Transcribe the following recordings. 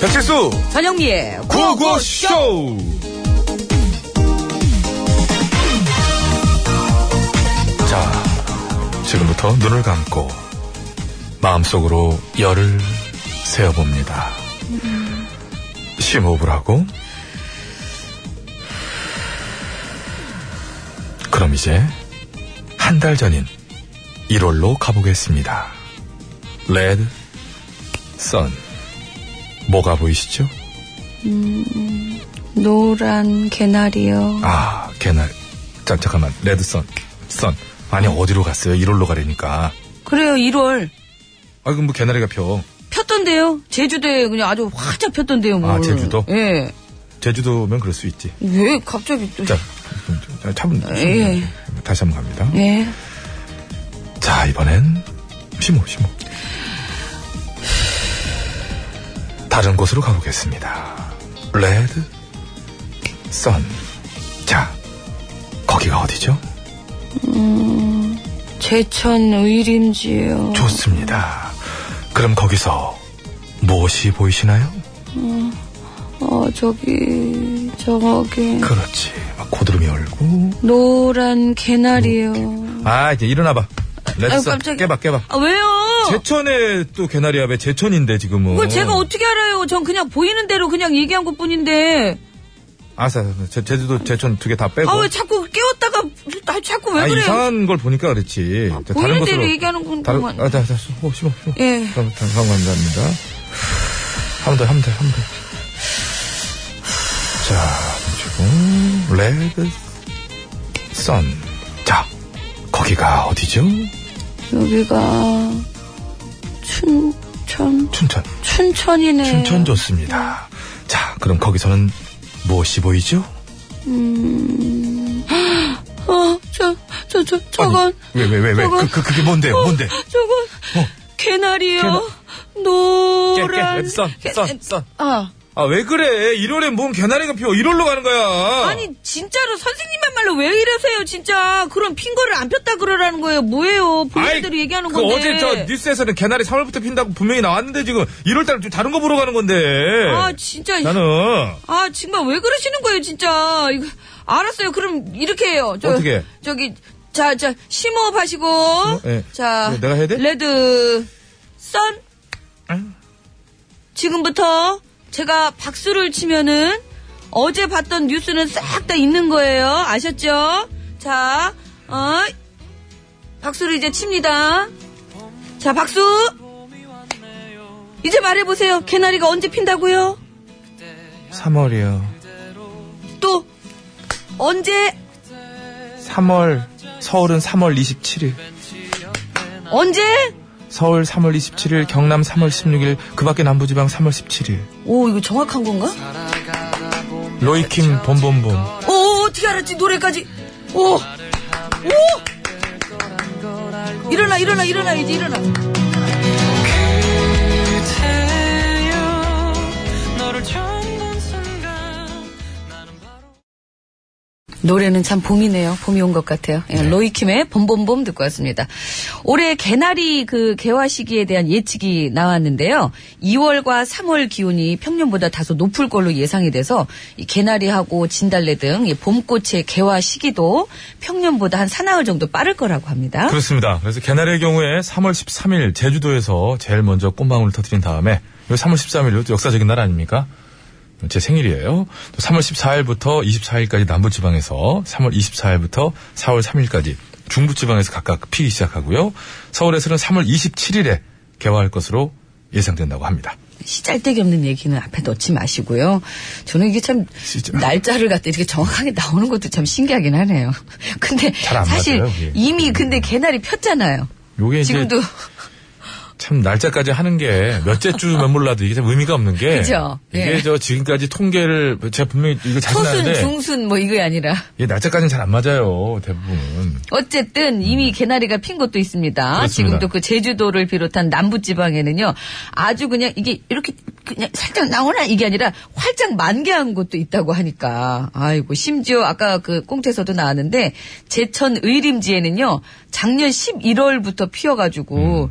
백칠수 전영미의 구호구호쇼 자 지금부터 눈을 감고 마음속으로 열을 세어봅니다 심호흡을 하고 그럼 이제 한 달 전인 1월로 가보겠습니다 레드 선 뭐가 보이시죠? 노란 개나리요. 아, 개날. 자, 잠깐만. 레드선. 선. 아니, 어디로 갔어요? 1월로 가려니까. 그래요 1월 아, 그럼 뭐 개나리가 펴. 폈던데요 제주도에 그냥 아주 화짝 폈던데요 뭘. 아, 제주도? 예왜 제주도면 그럴 수 있지. 갑자기 또 자, 음, 자, 참, 참, 예. 다시 한번 갑니다. 예. 자, 이번엔 심호, 심호. 다른 곳으로 가보겠습니다. 레드, 선. 자, 거기가 어디죠? 제천 의림지요. 좋습니다. 그럼 거기서 무엇이 보이시나요? 어, 저기, 저기. 그렇지. 막 고드름이 얼고. 노란 개나리요. 아, 이제 일어나봐. 아유, 렛츠 깜짝이야. 깨봐, 깨봐. 아 왜요 제천에 또 개나리야, 왜 제천인데, 지금은. 그걸 뭐 제가 어떻게 알아요 전 그냥 보이는 대로 그냥 얘기한 것 뿐인데 아싸, 제, 제주도 제천 두 개 다 빼고. 아 왜 자꾸 깨웠다가 아, 자꾸 왜 뭐. 아, 그래요 이상한 걸 보니까 그랬지. 자, 보이는 대로 얘기하는 건 다른, 그만. 아, 자, 자, 수- 호, 심어, 심어. 예. 다음, 다음, 다음 감사합니다. 한 번 더, 한 번 더, 한 번 더. 자, 지금, 레드, 선. 자, 거기가 어디죠? 여기가 춘천. 춘천. 춘천이네. 춘천 좋습니다. 자, 그럼 거기서는 무엇이 보이죠? 음. 어, 저, 저, 저, 저건, 왜, 왜, 왜, 왜? 저건- 그, 그, 그게 뭔데요? 뭔데? 저건, 어. 개나리요. 노란. 썬, 썬, 썬. 아, 아, 왜 그래? 1월에 뭔 개나리가 피어. 1월로 가는 거야. 아니 진짜로 선생님의 말로 왜 이러세요 진짜 그런 핀 거를 안 폈다 그러라는 거예요 뭐예요 아이, 본인들이 얘기하는 그 건데 어제 저 뉴스에서는 개나리 3월부터 핀다고 분명히 나왔는데 지금 1월달 좀 다른 거 보러 가는 건데. 아 진짜 이- 나는. 아 정말 왜 그러시는 거예요 진짜 이거 알았어요 그럼 이렇게 해요 저, 어떻게? 저기 자 자 심호흡 하시고 예. 자 네, 내가 해야 돼? 레드 선 응? 지금부터 제가 박수를 치면은 어제 봤던 뉴스는 싹 다 있는 거예요 아셨죠 자 어, 박수를 이제 칩니다 자 박수 이제 말해보세요 개나리가 언제 핀다고요 3월이요. 또 언제 삼월 서울은 3월 27일. 언제? 서울 3월 27일, 경남 3월 16일, 그 밖에 남부지방 3월 17일. 오 이거 정확한 건가? 로이킴 봄봄봄. 오 어떻게 알았지 노래까지 오! 오! 일어나 일어나 일어나 이제 일어나 노래는 참 봄이네요. 봄이 온 것 같아요. 예, 로이킴의 봄봄봄 듣고 왔습니다. 올해 개나리 그 개화 시기에 대한 예측이 나왔는데요. 2월과 3월 기온이 평년보다 다소 높을 걸로 예상이 돼서 이 개나리하고 진달래 등이 봄꽃의 개화 시기도 평년보다 한 사나흘 정도 빠를 거라고 합니다. 그렇습니다. 그래서 개나리의 경우에 3월 13일 제주도에서 제일 먼저 꽃망울을 터뜨린 다음에 이 3월 13일 또 역사적인 날 아닙니까? 제 생일이에요. 또 3월 14일부터 24일까지 남부지방에서 3월 24일부터 4월 3일까지 중부지방에서 각각 피기 시작하고요. 서울에서는 3월 27일에 개화할 것으로 예상된다고 합니다. 시잘데기 없는 얘기는 앞에 넣지 마시고요. 저는 이게 참 진짜. 날짜를 갖다 이렇게 정확하게 나오는 것도 참 신기하긴 하네요. 근데 잘안 사실 맞아요, 이게. 이미 근데 개나리 폈잖아요. 요게 이제 지금도 참 날짜까지 하는 게 몇째 주면 몰라도 이게 참 의미가 없는 게 그죠? 이게 예. 저 지금까지 통계를 제가 분명히 이거 자신 초순, 나는데 중순 뭐 이거야 아니라 예, 날짜까지는 잘 안 맞아요, 대부분은. 어쨌든 이미 개나리가 핀 곳도 있습니다. 그렇습니다. 지금도 그 제주도를 비롯한 남부 지방에는요. 아주 그냥 이게 이렇게 그냥 살짝 나오나 이게 아니라 활짝 만개한 곳도 있다고 하니까. 아이고 심지어 아까 그 꽁트에서도 나왔는데 제천 의림지에는요. 작년 11월부터 피어 음. 가지고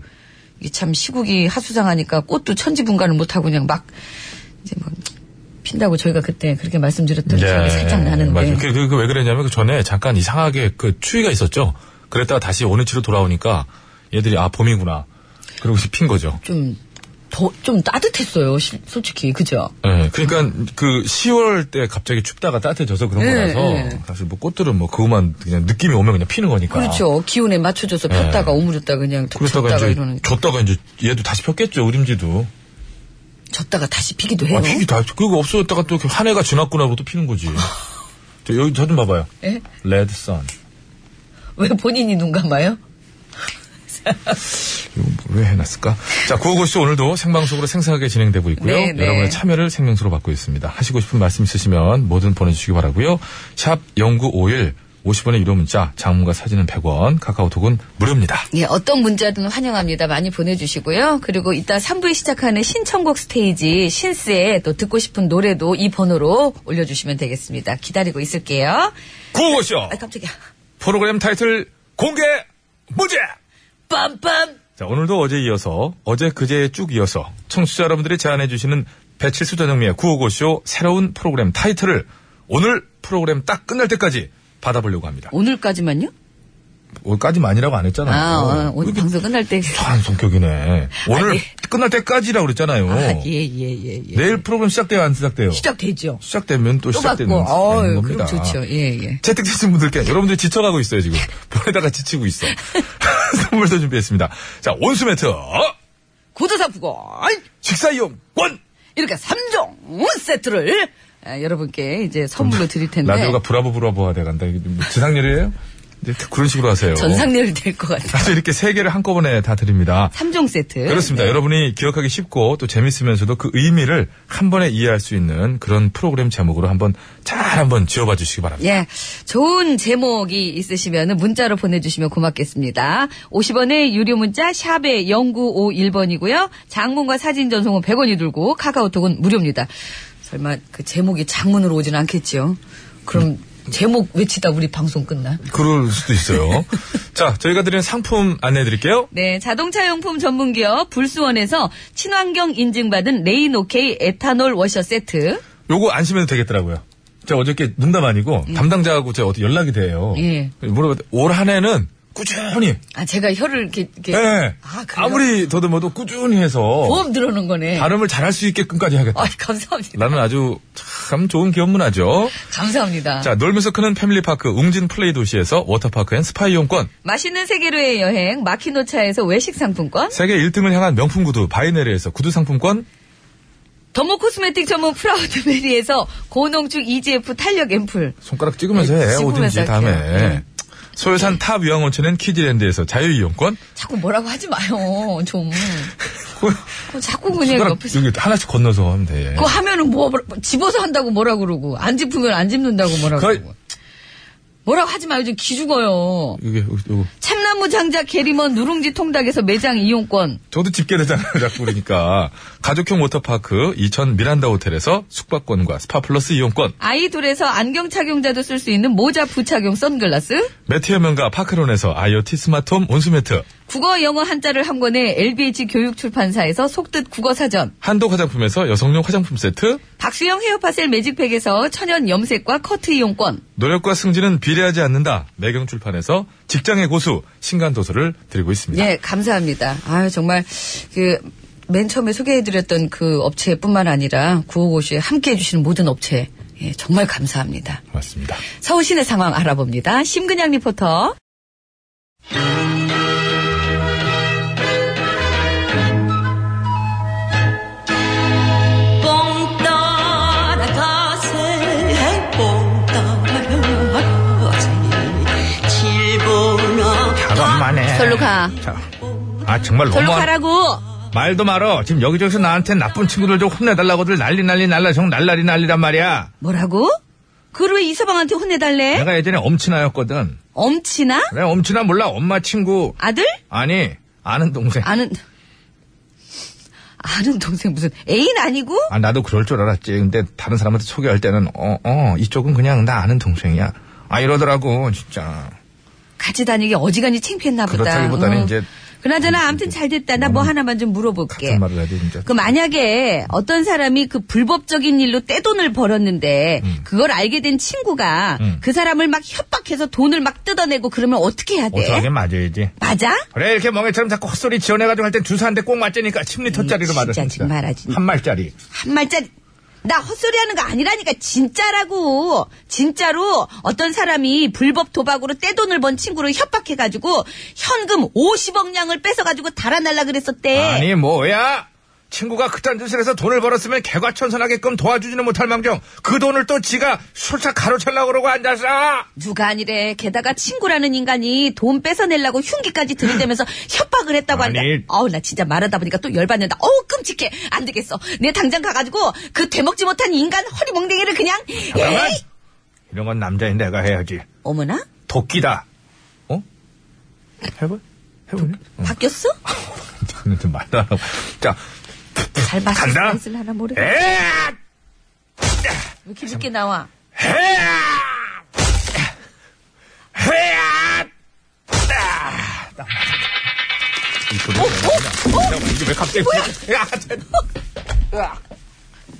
이게 참 시국이 하수상하니까 꽃도 천지분간을 못 하고 그냥 막 이제 뭐 핀다고 저희가 그때 그렇게 말씀드렸던 예, 기억이 살짝 나는데. 맞아요. 그, 그, 그, 왜 그랬냐면 그 전에 잠깐 이상하게 그 추위가 있었죠. 그랬다가 다시 오는 치로 돌아오니까 얘들이 아 봄이구나. 그러고 핀 거죠. 좀, 더, 좀 따뜻했어요, 실- 솔직히. 그죠? 예, 그러니까 그 10월 때 갑자기 춥다가 따뜻해져서 그런 예, 거라서 예. 사실 뭐 꽃들은 뭐 그것만 그냥 느낌이 오면 그냥 피는 거니까. 그렇죠. 기온에 맞춰줘서 예. 폈다가 오므렸다 그냥 툭 그러다가 졌다가 이제 이러는. 줬다가 이제 얘도 다시 폈겠죠 우림지도. 졌다가 다시 피기도 해요. 아, 피기 다 그거 없어졌다가 또 한 해가 지났구나 하고 또 피는 거지. 저 여기 저 좀 봐봐요. 예? 레드선. 왜 본인이 눈 감아요? 이거 왜 해놨을까? 자, 구호고쇼 오늘도 생방송으로 생생하게 진행되고 있고요. 네, 네. 여러분의 참여를 생명수로 받고 있습니다. 하시고 싶은 말씀 있으시면 뭐든 보내주시기 바라고요. 샵 0951, 50원의 유료 문자, 장문과 사진은 100원, 카카오톡은 무료입니다. 예, 어떤 문자든 환영합니다. 많이 보내주시고요. 그리고 이따 3부에 시작하는 신청곡 스테이지, 신스에 또 듣고 싶은 노래도 이 번호로 올려주시면 되겠습니다. 기다리고 있을게요. 구호고쇼 아, 깜짝이야. 프로그램 타이틀 공개 무죄! 빰빰! 자, 오늘도 어제 이어서, 어제 그제에 쭉 이어서 청취자 여러분들이 제안해주시는 배칠수 전영미의 구호고쇼 새로운 프로그램 타이틀을 오늘 프로그램 딱 끝날 때까지 받아보려고 합니다. 오늘까지만요? 오늘까지는 아니라고 안 했잖아요. 아, 어, 왜 오늘 이렇게 방송 끝날 때. 이상한 성격이네. 오늘 아, 예. 끝날 때까지라고 그랬잖아요. 아, 예, 예, 예, 예. 내일 프로그램 시작돼요, 안 시작돼요? 시작되죠. 시작되면 또, 또 시작되는 받고, 어 겁니다. 그럼 좋죠. 예, 예. 채택되신 분들께 여러분들이 지쳐가고 있어요, 지금. 보내다가 지치고 있어. 선물도 준비했습니다. 자, 온수 매트, 구두사프고, 식사 이용권! 이렇게 3종 세트를 아, 여러분께 이제 선물로 드릴 텐데. 라디오가 브라보 브라보가 돼간다. 이게 뭐 지상렬이에요? 이제 그런 식으로 하세요. 전상렬이 될 것 같아요. 아주 이렇게 세 개를 한꺼번에 다 드립니다. 3종 세트. 그렇습니다. 네. 여러분이 기억하기 쉽고 또 재밌으면서도 그 의미를 한 번에 이해할 수 있는 그런 프로그램 제목으로 한번 잘 한번 지어봐 주시기 바랍니다. 예. 좋은 제목이 있으시면 문자로 보내주시면 고맙겠습니다. 50원의 유료 문자 샵에 0951번이고요. 장문과 사진 전송은 100원이 들고 카카오톡은 무료입니다. 설마 그 제목이 장문으로 오진 않겠죠? 그럼 음. 제목 외치다 우리 방송 끝나? 그럴 수도 있어요. 자, 저희가 드리는 상품 안내해 드릴게요. 네, 자동차 용품 전문 기업 불수원에서 친환경 인증받은 레인오케이 에탄올 워셔 세트. 요거 안심해도 되겠더라고요. 제가 어저께 농담 아니고 담당자하고 제가 어떻게 연락이 돼요. 예. 물어봤더니 올 한해는 꾸준히 아, 제가 혀를 이렇게, 이렇게- 예. 아, 그래요? 아, 무리 더듬어도 꾸준히 해서 보험 들어오는 거네. 발음을 잘할 수 있게끔까지 아, 하겠다. 감사합니다. 라는 아주 참 좋은 기업 문화죠. 감사합니다. 자, 놀면서 크는 패밀리파크 웅진 플레이 도시에서 워터파크 앤 스파 이용권, 맛있는 세계로의 여행 마키노차에서 외식 상품권 세계 1등을 향한 명품 구두 바이네르에서 구두 상품권, 더모 코스메틱 전문 프라우드메리에서 고농축 EGF 탄력 앰플 손가락 찍으면서 해, 찍으면서 어딘지 다음에. 할게요. 네. 소요산 탑 유황 온천은 키즈랜드에서 자유 이용권. 자꾸 뭐라고 하지 마요 좀 그거 자꾸 그냥 손가락 옆에서 여기 하나씩 건너서 하면 돼. 그거 하면은 뭐 뭐라- 집어서 한다고 뭐라 그러고 안 짚으면 안 짚는다고 뭐라 거의- 그러고 뭐라고 하지 마요 좀 기죽어요 이게 여기, 여기. 참나무 장작 게리먼 누룽지 통닭에서 매장 이용권 저도 집계되잖아요, 자꾸 그러니까. 가족형 워터파크 이천 미란다 호텔에서 숙박권과 스파플러스 이용권, 아이돌에서 안경 착용자도 쓸 수 있는 모자 부착용 선글라스 매트 여명과 파크론에서 아이오티 스마트홈 온수매트, 국어 영어 한자를 한 권에 LBH 교육 출판사에서 속뜻 국어 사전, 한독 화장품에서 여성용 화장품 세트, 박수영 헤어파셀 매직팩에서 천연 염색과 커트 이용권, 노력과 승진은 비례하지 않는다. 매경출판에서 직장의 고수 신간 도서를 드리고 있습니다. 예, 감사합니다. 아유, 정말, 그, 맨 처음에 소개해드렸던 그 업체뿐만 아니라 구호고시에 함께 해주시는 모든 업체, 예, 정말 감사합니다. 고맙습니다. 서울 시내 상황 알아봅니다. 심근양 리포터. 뽕 따라가세 네. 뽕 따라가세 칠보나 그만해. 절로 가. 아 정말 절로 너무한- 가라고! 말도 말어. 지금 여기저기서 나한테 나쁜 친구들 좀 혼내달라고들 난리 난리 날라 정 날라리 난리란 말이야. 뭐라고? 그걸 왜 이서방한테 혼내달래? 내가 예전에 엄친아였거든. 엄치나? 그래 엄친아 몰라 엄마 친구 아들? 아니 아는 동생. 아는 아는 동생 무슨 애인 아니고? 아 나도 그럴 줄 알았지. 근데 다른 사람한테 소개할 때는 어어 이쪽은 그냥 나 아는 동생이야. 아 이러더라고 진짜. 같이 다니기 어지간히 창피했나 보다. 그렇다기보다는 어. 이제 음, 그나저나 아무튼 잘 됐다. 나 뭐 하나만 좀 물어볼게. 같은 말을 해도 진짜. 그 만약에 어떤 사람이 그 불법적인 일로 떼돈을 벌었는데 그걸 알게 된 친구가 음. 그 사람을 막 협박해서 돈을 막 뜯어내고 그러면 어떻게 해야 돼? 어떡하긴 맞아야지. 맞아? 그래 이렇게 멍해처럼 자꾸 헛소리 지어내가지고 할 땐 주사한테 꼭 맞자니까 침리 텄자리로 진짜 맞아. 정말 아주. 한 말짜리. 한 말짜리. 나 헛소리 하는 거 아니라니까 진짜라고 진짜로 어떤 사람이 불법 도박으로 떼돈을 번 친구를 협박해가지고 현금 50억 량을 뺏어가지고 달아날라 그랬었대 아니 뭐야? 친구가 그딴 짓을 해서 돈을 벌었으면 개과천선하게끔 도와주지는 못할 망정 그 돈을 또 지가 술차 가로채려고 그러고 앉아서 누가 아니래 게다가 친구라는 인간이 돈 뺏어내려고 흉기까지 들이대면서 협박을 했다고 한다 아니. 어우 나 진짜 말하다 보니까 또 열받는다 어우 끔찍해 안 되겠어 내 당장 가가지고 그 되먹지 못한 인간 허리몽댕이를 그냥 잠깐만! 에이! 이런 건 남자인 내가 해야지 어머나 도끼다 어? 해봐 해보냐? 응. 바뀌었어? 저는 좀 말도 안 하고 자 잘 봤어 간다. 예. 스탠스를 하나 모르겠 에앗! 왜 이렇게 늦게 나와? 헤앗! 헤앗! 이 소리 이게 왜 갑자기 야, 쟤- 으악.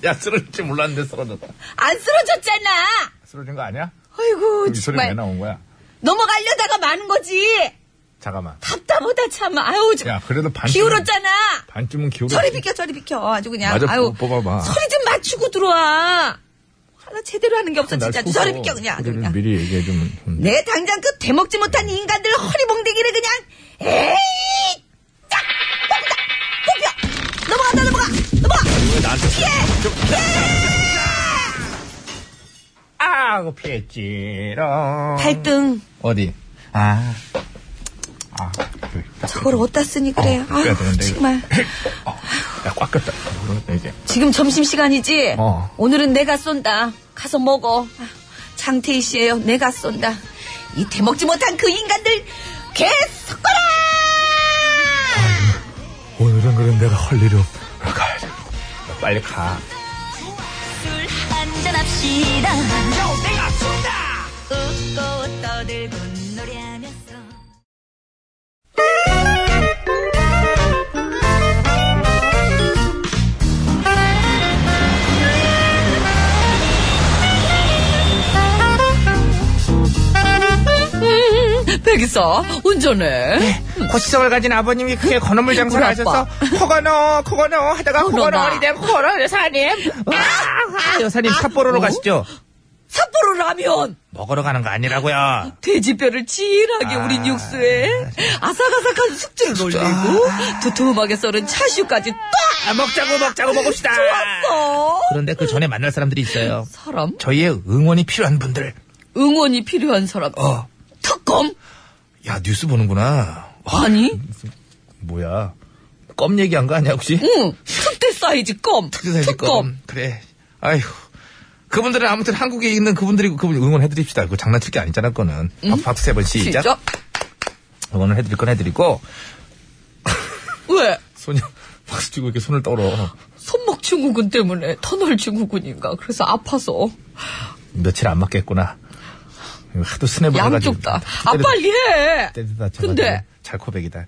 야 쓰러질 줄 몰랐는데 쓰러졌다 안 쓰러졌잖아! 쓰러진 거 아니야? 아이고, 이 소리 왜 어, 정말. 나온 거야? 넘어가려다가 마는 거지! 잠깐만 답답하다, 참. 아유, 좀. 야 그래도 반쯤 기울었잖아! 반쯤은 기울었 저리 비켜, 저리 비켜. 아주 그냥. 맞아, 아유. 뽑아봐. 소리 좀 맞추고 들어와! 하나 제대로 하는 게 아, 없어, 진짜. 저리 비켜, 그냥. 아주 그냥. 미리 얘기해 주면 좀- 내 당장 그 대먹지 못한 인간들 허리몽댕이를 그냥, 에이! 짝! 뽑자! 뽑혀! 넘어간다, 넘어가! 넘어가! 예. 피해! 아 그거 피했지롱 8등. 어디? 아. 아. 여기. 저걸 어디다 쓰니 그래요? 어, 빼야 아유, 되는데, 이거. 정말. 어. 야, 꽉 꼈다. 그러네, 이제. 지금 점심시간이지? 어. 오늘은 내가 쏜다. 가서 먹어. 아, 장태희 씨예요. 내가 쏜다. 이 대먹지 못한 그 인간들 개속거라 오늘은 그럼 내가 할 일이 없다. 가야 돼. 빨리 가. 술 한잔합시다 내가 쏜다 웃고 떠들고 노래하면서 음, 백이사 운전해. 고시성을 음. 가진 아버님이 크게 건어물 장사를 우리 아빠. 하셔서 코건어 코건어 하다가 코건어. 코건어리 됨 코건어 여사님 아, 아, 여사님 삿포로로 어? 가시죠 삿포로 라면 먹으러 가는 거 아니라고요 돼지뼈를 진하게 아. 우린 육수에 아삭아삭한 숙주를 올리고 두툼하게 썰은 차슈까지 딱 아, 먹자고 먹자고 먹읍시다 좋았어. 그런데 그 전에 만날 사람들이 있어요 사람 저희의 응원이 필요한 분들 응원이 필요한 사람. 어. 특검 야 뉴스 보는구나 아니 뭐야 껌 얘기한 거 아니야 혹시? 응, 특대 사이즈 껌. 특사지 껌 그래 아휴 그분들은 아무튼 한국에 있는 그분들이 그분 응원해드립시다 그 장난칠 게 아니잖아 그거는 음. 박- 박수 세번 시작 진짜? 응원을 해드릴 건 해드리고 왜? 손이 박수 치고 이렇게 손을 떨어 손목 증후군 때문에 터널 증후군인가? 그래서 아파서 며칠 안 맞겠구나 이거 하도 스냅을 해가지고 양쪽 다. 아 빨리 해. 때리다 근데 잘 코백이다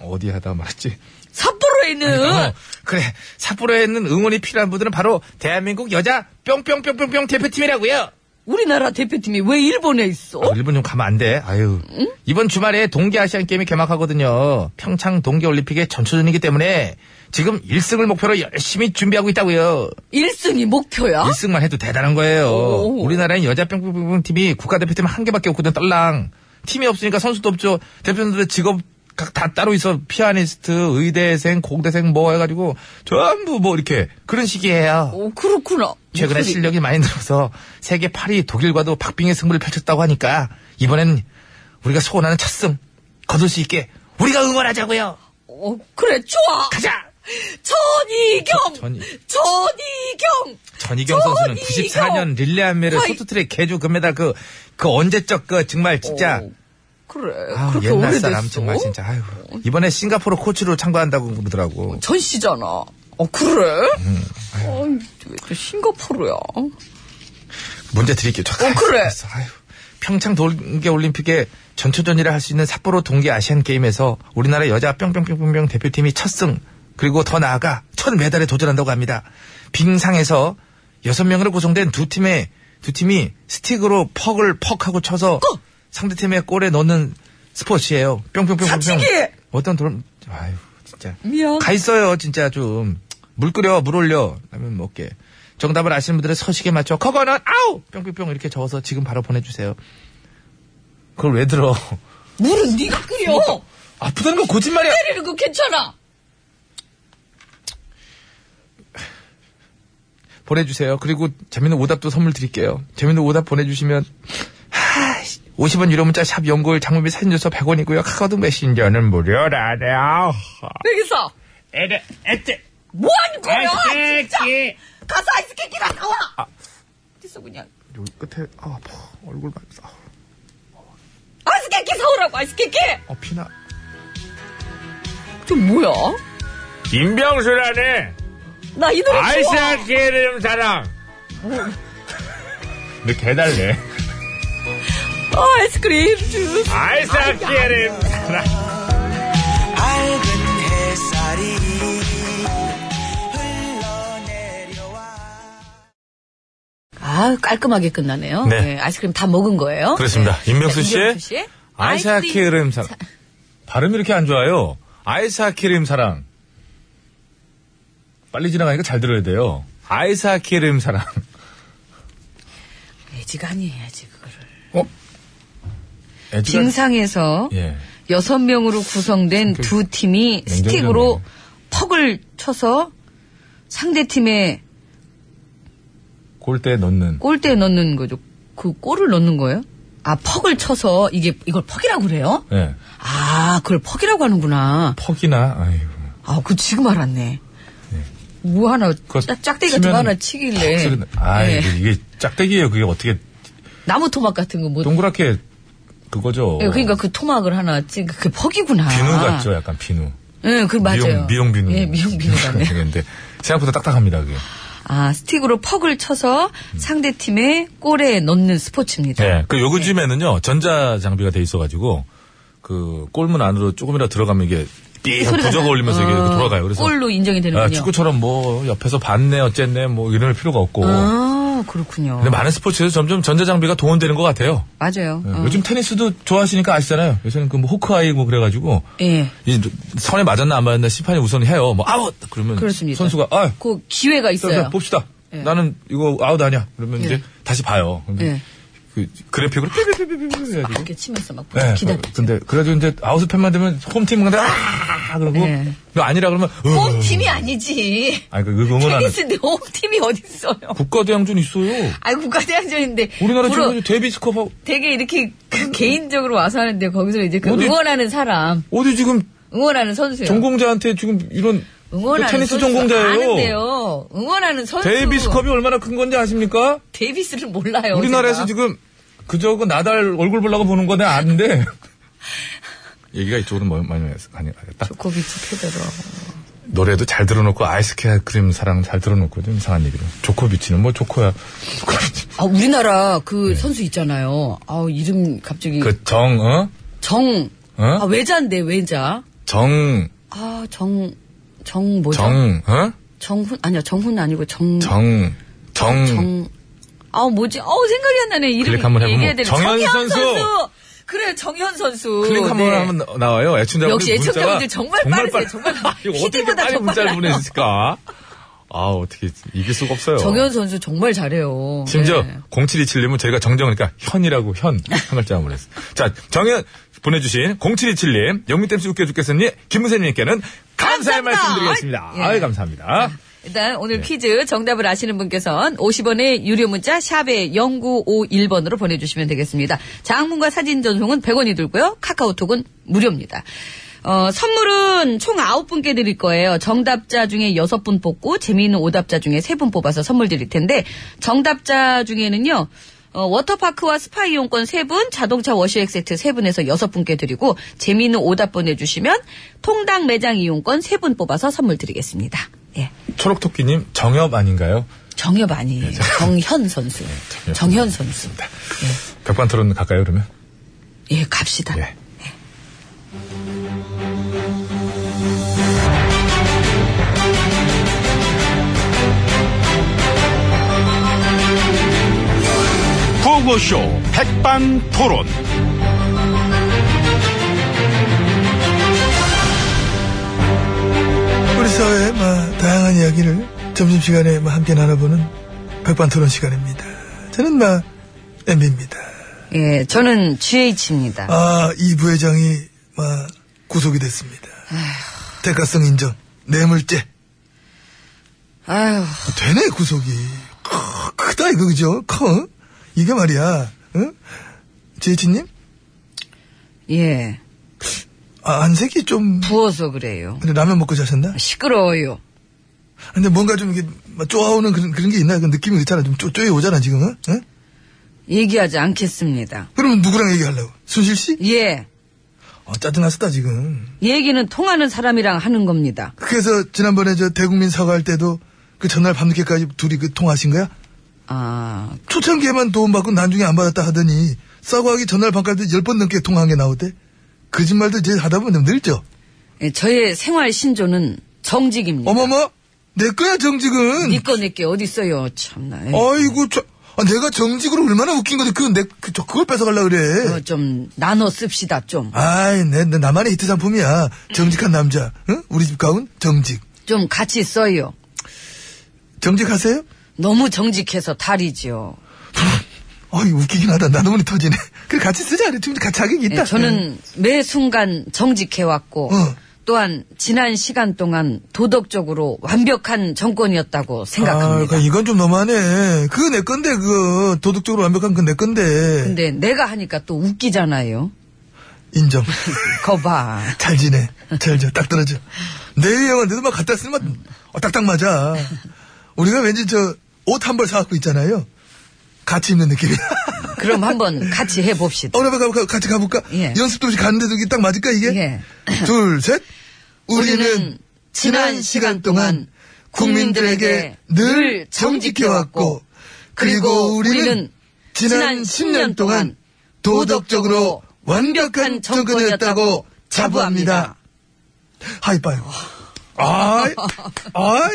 어디 하다 말았지 삿포로에 있는 어, 그래 삿포로에 있는 응원이 필요한 분들은 바로 대한민국 여자 뿅뿅뿅뿅뿅 대표팀이라고요 우리나라 대표팀이 왜 일본에 있어? 아, 일본 좀 가면 안 돼. 아유. 이번 주말에 동계 아시안 게임이 개막하거든요. 평창 동계 올림픽의 전초전이기 때문에 지금 1승을 목표로 열심히 준비하고 있다고요. 일승이 목표야? 1승만 해도 대단한 거예요. 어? 오. 우리나라는 여자 뿅뿅뿅 팀이 국가대표팀 한 개밖에 없거든. 떨랑. 팀이 없으니까 선수도 없죠. 대표님들은 직업 각 다 따로 있어. 피아니스트, 의대생, 공대생 뭐 해가지고 전부 뭐 이렇게 그런 식이에요. 오 어, 그렇구나. 최근에 목소리. 실력이 많이 늘어서 세계 8위 독일과도 박빙의 승부를 펼쳤다고 하니까 이번엔 우리가 소원하는 첫 승 거둘 수 있게 우리가 응원하자고요. 어, 그래 좋아. 가자. 전이경. 전- 전이- 전이경. 전희경 선수는 94년 릴레이 한매를 아이. 소트트랙 개주 금메달 그, 그 언제적 그 정말 진짜 오, 어, 그래. 아우, 그렇게 옛날 오래됐어. 사람 정말 진짜 아유 이번에 싱가포르 코치로 참가한다고 그러더라고. 전 씨잖아. 어 그래? 음, 어, 왜또 싱가포르야? 문제 드릴게요. 잠깐. 어, 그래. 알았어. 아유, 평창 동계올림픽의 전초전이라 할 수 있는 삿포로 동계 아시안 게임에서 우리나라 여자 뿅뿅뿅뿅뿅 대표팀이 첫승 그리고 더 나아가 첫 메달에 도전한다고 합니다. 빙상에서 여섯 명으로 구성된 두 팀의 두 팀이 스틱으로 퍽을 퍽하고 쳐서 상대 팀의 골에 넣는 스포츠예요. 뿅뿅뿅뿅. 사치기! 어떤 돌 아유 진짜. 미안. 가 있어요, 진짜 좀. 물 끓여, 물 올려. 라면 먹게. 정답을 아시는 분들은 서식에 맞춰, 그거는 아우! 뿅뿅뿅 이렇게 적어서 지금 바로 보내주세요. 그걸 왜 들어? 물은 네가 끓여. 아프다는 건 거짓말이야! 때리는 거 괜찮아. 보내주세요. 그리고 재밌는 오답도 선물 드릴게요. 재밌는 오답 보내주시면, 하이씨, 50원 유료 문자 샵 연골 장문비 사진 줘서 100원이고요. 카카오톡 메신저는 무료라네요. 여기서 에레, 에째. 뭐 하는 거야? 아이스크림. 진짜. 가서 아이스케이크랑 나와. 어디서 그냥 여기 끝에, 아, 아파. 얼굴 봐. 아, 아이스케이크 사오라고 아이스케이크. 아, 피나. 좀 뭐야? 김병수라네 나 이 노래 아이스 어, 좋아. 하키를 좀 사랑 근데 개달래 어, 아이스크림 주. 아이스 하키를 좀 사랑 밝은 햇살이 흘러내려와 아 깔끔하게 끝나네요. 네. 네, 아이스크림 다 먹은 거예요. 그렇습니다. 임명수 자, 씨의 임명수 씨의 아이스 아이스크림 하키름 사랑. 발음이 이렇게 안 좋아요. 아이스 하키름 사랑. 빨리 지나가니까 잘 들어야 돼요. 아이스 하키름 사랑. 애지간히 해야지 그거를. 어? 애지가- 빙상에서 예. 그 여섯 명으로 구성된 두 팀이 냉정하네. 스틱으로 퍽을 쳐서 상대 팀의 골대에 넣는. 골대에 넣는 거죠. 그 골을 넣는 거예요? 아, 퍽을 쳐서 이게 이걸 퍽이라고 그래요? 예. 아, 그걸 퍽이라고 하는구나. 퍽이나, 아이고. 아, 그 지금 알았네. 뭐 하나 그거 짝- 짝대기 같은 거 치면 하나 퍽 치길래 소리 나- 아, 예. 이게, 이게 짝대기예요. 그게 어떻게 나무 토막 같은 거 뭐. 동그랗게 그거죠. 예, 그러니까 그 토막을 하나 찍, 그게 퍽이구나. 비누 같죠, 약간 비누. 예, 그 맞아요. 미용, 미용 비누. 예, 미용 비누 같네. 근데 생각보다 딱딱합니다. 그게. 아, 스틱으로 퍽을 쳐서 상대 팀의 골에 넣는 스포츠입니다. 네, 그 요즘에는요 전자 장비가 돼 있어가지고 그 골문 안으로 조금이라 들어가면 이게 삐 하고 소리가 부저가 나- 울리면서 이게 어, 이렇게 돌아가요. 그래서 골로 인정이 아, 되는군요. 축구처럼 뭐 옆에서 봤네 어쨌네 뭐 이럴 필요가 없고. 아, 그렇군요. 뭐. 근데 많은 스포츠에서 점점 전자 장비가 동원되는 것 같아요. 맞아요. 네, 어. 요즘 테니스도 좋아하시니까 아시잖아요. 요새는 그 뭐 호크아이 뭐 그래가지고 예. 이 선에 맞았나 안 맞았나 심판이 우선 해요. 뭐 아웃 그러면 그렇습니다. 선수가 아 그 기회가 자, 자, 있어요. 봅시다. 예. 나는 이거 아웃 아니야. 그러면 예. 이제 다시 봐요. 근데 예. 그 그래픽으로 삐삐삐삐삐 막 해가지고 이렇게 치면서 막 예, 기다리죠. 어, 근데 그래도 이제 아웃을 팬만 되면 홈팀 근데 아 그러고 예. 너 아니라 그러면 어. 홈 팀이 아니지. 아니 그 응원 안 해. 테니스인데 홈 팀이 어딨어요? 국가 대항전 있어요. 아이 국가대항전인데 우리나라 물론 지금 데뷔스컵 하고 되게 이렇게 그 개인적으로 와서 하는데 거기서 이제 그 어디- 응원하는 사람, 어디 지금 응원하는 선수요. 전공자한테 지금 이런 응원하는 그 테니스 선수가 전공자예요. 아는데요. 응원하는 선수. 데이비스컵이 얼마나 큰 건지 아십니까? 데이비스를 몰라요. 제가. 우리나라에서 지금 그저 그 나달 얼굴 보려고 보는 거 내가 아는데 얘기가 이쪽으로 뭐- 많이 아니 딱 조코비치 페더러. 노래도 잘 들어놓고 아이스크림 사랑 잘 들어놓고 좀 이상한 얘기를 조코비치는 뭐 조코야 조코비치 아 우리나라 그 선수 있잖아요. 아 이름 갑자기 네. 그정어 정. 어? 아 외자인데 외자. 정, 아 정. 정 뭐죠? 정, 어? 정훈 아니야 정훈 아니고 정. 정, 정. 정. 아 뭐지? 어우 생각이 안 나네. 이름 클릭 한번 해보면 얘기해야 되는 정현 선수! 그래 정현 선수. 클릭 한번 네. 하면 나- 나와요. 애청자분들 역시 문자가 애청자분들 정말 빠르세요. 정말 이거 어떻게 피디보다 빨리 정말 문자를 빨라요. 보내실까? 아 어떻게 이길 수가 없어요. 정현 선수 정말 잘해요. 심지어 네. 0727님은 저희가 정정하니까 현이라고 현 한 글자만 보냈어요. 자 정현 보내주신 0727님 영미 땜시 웃겨 죽겠으니 김문세님께는 감사의 감사합니다. 말씀드리겠습니다. 예. 아유 감사합니다. 일단 오늘 퀴즈 정답을 아시는 분께서는 50원의 유료 문자 샵에 0951번으로 보내주시면 되겠습니다. 장문과 사진 전송은 100원이 들고요. 카카오톡은 무료입니다. 어, 선물은 총 9분께 드릴 거예요. 정답자 중에 6분 뽑고 재미있는 오답자 중에 3분 뽑아서 선물 드릴 텐데 정답자 중에는요. 어, 워터파크와 스파 이용권 3분, 자동차 워시액 세트 3분에서 6분께 드리고 재미있는 오답 보내주시면 통당 매장 이용권 3분 뽑아서 선물 드리겠습니다. 예. 초록토끼님 정엽 아닌가요? 정엽 아니에요. 정현 선수. 정현 선수. 백반 토론 갈까요, 그러면? 예, 갑시다. 예. 구호쇼 백반 토론. 우리 사회의 마, 다양한 이야기를 점심시간에 마, 함께 나눠보는 백반토론 시간입니다. 저는 마, MB입니다. 예, 저는 GH입니다. 아, 이 부회장이 마, 구속이 됐습니다. 대가성 인정, 뇌물죄. 아휴, 되네, 구속이. 커, 크다, 이거, 그죠? 커. 이게 말이야, 응? 지혜진님? 예. 아, 안색이 좀, 부어서 그래요. 근데 라면 먹고 자셨나? 시끄러워요. 근데 뭔가 좀 이게 막 쪼아오는 그런, 그런 게 있나요? 그 느낌이 그렇잖아. 좀 쪼, 쪼여 오잖아, 지금, 응? 응? 얘기하지 않겠습니다. 그러면 누구랑 얘기하려고? 순실 씨? 예. 아, 짜증났었다, 지금. 얘기는 통하는 사람이랑 하는 겁니다. 그래서 지난번에 저 대국민 사과할 때도 그 전날 밤늦게까지 둘이 그 통화하신 거야? 아, 초창기에만 도움받고 나중에 안 받았다 하더니 사과하기 전날 밤까지 열 번 넘게 통화한 게 나오대? 거짓말도 이제 하다 보면 늘죠? 예, 저의 생활 신조는 정직입니다. 어머머! 내 거야, 정직은! 니꺼 내게 어딨어요, 참나. 예. 에이, 아이고, 저, 아, 내가 정직으로 얼마나 웃긴 건데, 그, 내, 그, 저, 그걸 뺏어가려고 그래. 그거 좀 나눠 씁시다, 좀. 아이, 내, 내, 나만의 히트 상품이야. 정직한 남자. 응? 우리 집 가운? 정직. 좀 같이 써요. 정직하세요? 너무 정직해서 탈이죠. 어이, 웃기긴 하다. 나도 모르 터지네. 그래, 같이 쓰자. 그래. 지금 같이 하긴 있다. 네. 예, 어. 저는 매 순간 정직해왔고, 응. 또한 지난 시간 동안 도덕적으로 완벽한 정권이었다고 아, 생각합니다. 그러니까 이건 좀 너무하네. 그거 내 건데, 그거. 도덕적으로 완벽한 건 내 건데. 근데 내가 하니까 또 웃기잖아요. 인정. 거봐. 잘 지내. 잘 져. 딱 떨어져. 내일 영화인데도 막 갖다 쓰면 막, 어, 딱딱 맞아. 우리가 왠지 저, 옷 한 벌 사갖고 있잖아요. 같이 입는 느낌이야. 그럼 한번 같이 해봅시다. 오늘 가, 가, 같이 가볼까? 예. 연습도 없이 가는데도 이게 딱 맞을까, 이게? 예. 둘, 셋. 우리는 지난 시간 동안 국민들에게 늘 정직해왔고, 그리고 우리는 지난 10년 동안 도덕적으로 완벽한 정권이었다고 자부합니다. 하이파이브. 아이, 아이,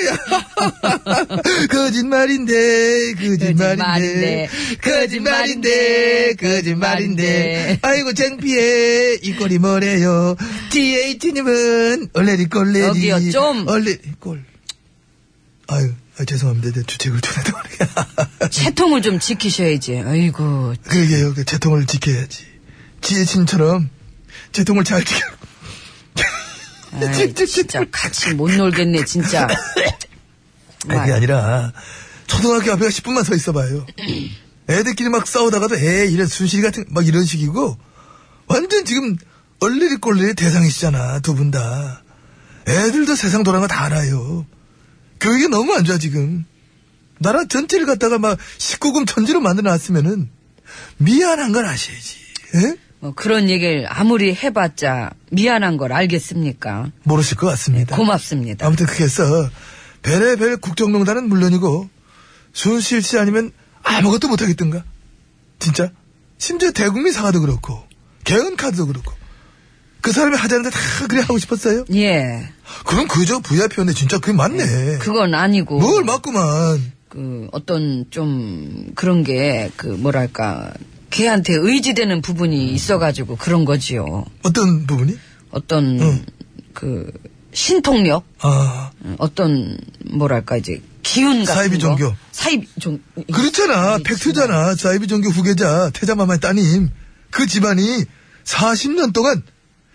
거짓말인데, 거짓말인데, 거짓말인데, 거짓말인데. 아이고, 창피해. 이 꼴이 뭐래요. TH님은, 얼레리 꼴레리. 여기요, 좀. 얼레리 꼴. 아유, 아, 죄송합니다. 내 주책을 전해도 그래. 채통을 좀 지키셔야지. 아이고. 그러게요. 그 재통을 지켜야지. 지혜친처럼 재통을 잘 지켜. 아이, 진짜 같이 못 놀겠네, 진짜. 아니, 그게 아니라 초등학교 앞에 10분만 서 있어봐요. 애들끼리 막 싸우다가도 에 이런 순실 같은 막 이런 식이고 완전 지금 얼레리 꼴레리 대상이시잖아 두 분 다. 애들도 세상 돌아간 거 다 알아요. 교육이 너무 안 좋아 지금. 나라 전체를 갖다가 막 19금 천지로 만들어 놨으면은 미안한 걸 아셔야지. 예? 뭐 그런 얘기를 아무리 해봤자 미안한 걸 알겠습니까? 모르실 것 같습니다. 어. 고맙습니다. 아무튼 그게 서 별의별 국정농단은 물론이고 순실 씨 아니면 아무것도 못하겠던가 진짜 심지어 대국민 사과도 그렇고 개헌 카드도 그렇고 그 사람이 하자는데 다 그래 하고 싶었어요 예. 그럼 그저 VIP였네 진짜 그게 맞네 그건 아니고. 뭘 맞구만 그 어떤 좀 그런 게 그 뭐랄까 걔한테 의지되는 부분이 있어가지고 그런 거지요. 어떤 부분이 어떤 응. 그 신통력, 아 어떤 뭐랄까 이제 기운 같은 사이비 거. 종교. 사이비 종. 예, 그렇잖아 팩트잖아 사이비 종교 후계자 태자마마의 따님 그 집안이 40년 동안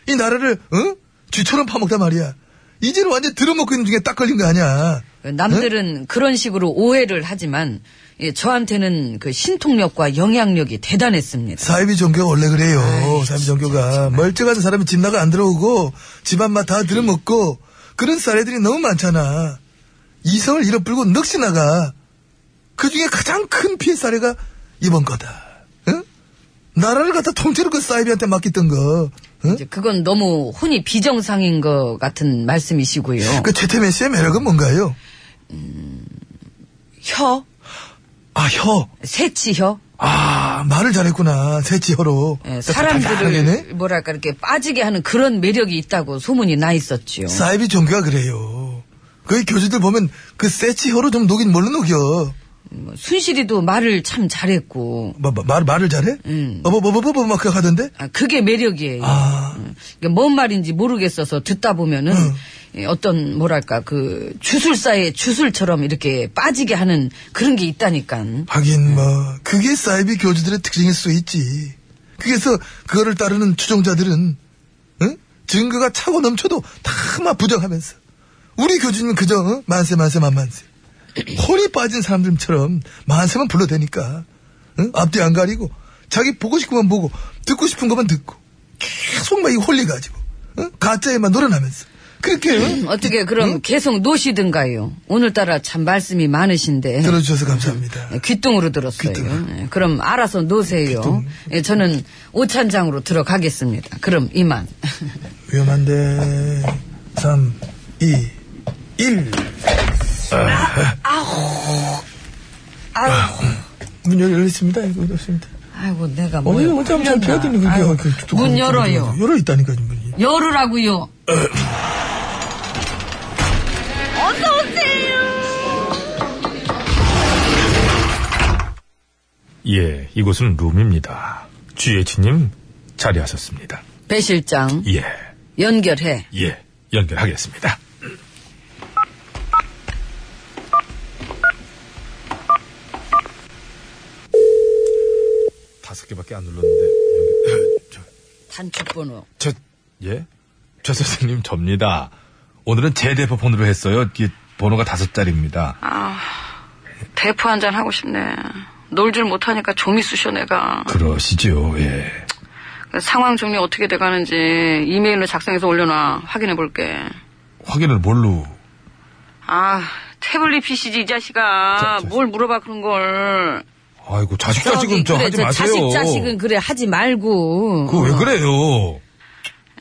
이 나라를 어? 쥐처럼 파먹다 말이야 이제는 완전 들어먹고 있는 중에 딱 걸린 거 아니야 네? 남들은 그런 식으로 오해를 하지만 예, 저한테는 그 신통력과 영향력이 대단했습니다. 사이비 종교가 원래 그래요. 아이, 사이비 진짜, 종교가. 멀쩡한 사람이 집 나가 안 들어오고, 집안만 다 들어먹고, 그런 사례들이 너무 많잖아. 이성을 잃어버리고 넋이 나가. 그 중에 가장 큰 피해 사례가 이번 거다. 응? 나라를 갖다 통째로 그 사이비한테 맡겼던 거. 응? 이제 그건 너무 혼이 비정상인 것 같은 말씀이시고요. 그 최태민 씨의 매력은 뭔가요? 혀, 아, 혀. 새치혀. 아, 야, 말을 잘했구나. 새치어로. 예, 사람들을 뭐랄까 이렇게 빠지게 하는 그런 매력이 있다고 소문이 나 있었지요. 사이비 종교가 그래요. 거기 교주들 보면 그 새치어로 좀 녹인 뭘로 녹여. 뭐 순실이도 말을 참 잘했고 마, 마- 말, 말을 잘해? 뭐, 음. 어버버버버버 막 그거 하던데? 아, 그게 매력이에요. 아. 음, 그러니까 뭔 말인지 모르겠어서 듣다 보면은 예, 어떤 뭐랄까 그 주술사의 주술처럼 이렇게 빠지게 하는 그런 게 있다니까. 하긴 뭐 그게 사이비 교주들의 특징일 수 있지. 그래서 그거를 따르는 추종자들은 응? 증거가 차고 넘쳐도 다 막 부정하면서 우리 교주님은 그저 어? 만세 만세 만만세 혼이 빠진 사람들처럼 만세만 불러대니까 응? 앞뒤 안 가리고 자기 보고 싶은 것만 보고 듣고 싶은 것만 듣고 계속 막이 홀리 가지고 응? 가짜에만 놀아나면서 그렇게 응? 어떻게 그럼 계속 노시든가요? 오늘따라 참 말씀이 많으신데 들어주셔서 감사합니다. 예, 귓등으로 들었어요. 귓등. 예, 그럼 알아서 노세요. 예, 저는 오찬장으로 들어가겠습니다. 그럼 이만. 위험한데 3, 2, 1 아이고, 문 열, 열렸습니다. 이거 열렸습니다. 아이고 내가 어, 뭐 이거 혼자 한번 펴야 되는 거야. 그 문 열어요. 열어 있다니까, 지금 문이. 열으라고요. 예, 이곳은 룸입니다. GH님 자리하셨습니다. 배 실장 예, 연결해. 예, 연결하겠습니다. 다섯 개밖에 안 눌렀는데 연결- 저, 단축번호. 저, 예? 최 선생님 접니다. 오늘은 제 대포 번호로 했어요. 이게 번호가 다섯 자리입니다. 대포 한 잔 하고 싶네. 놀 줄 못하니까 좀이 쑤셔 내가. 그러시죠, 예. 상황 종료 어떻게 돼가는지 이메일로 작성해서 올려놔. 확인해 볼게. 확인을 뭘로? 아 태블릿 PC지 이 자식아. 자, 자. 뭘 물어봐 그런 걸. 아이고, 자식 자식은 좀 그래, 하지 저 마세요. 자식 자식은 그래 하지 말고. 그거 왜 그래요?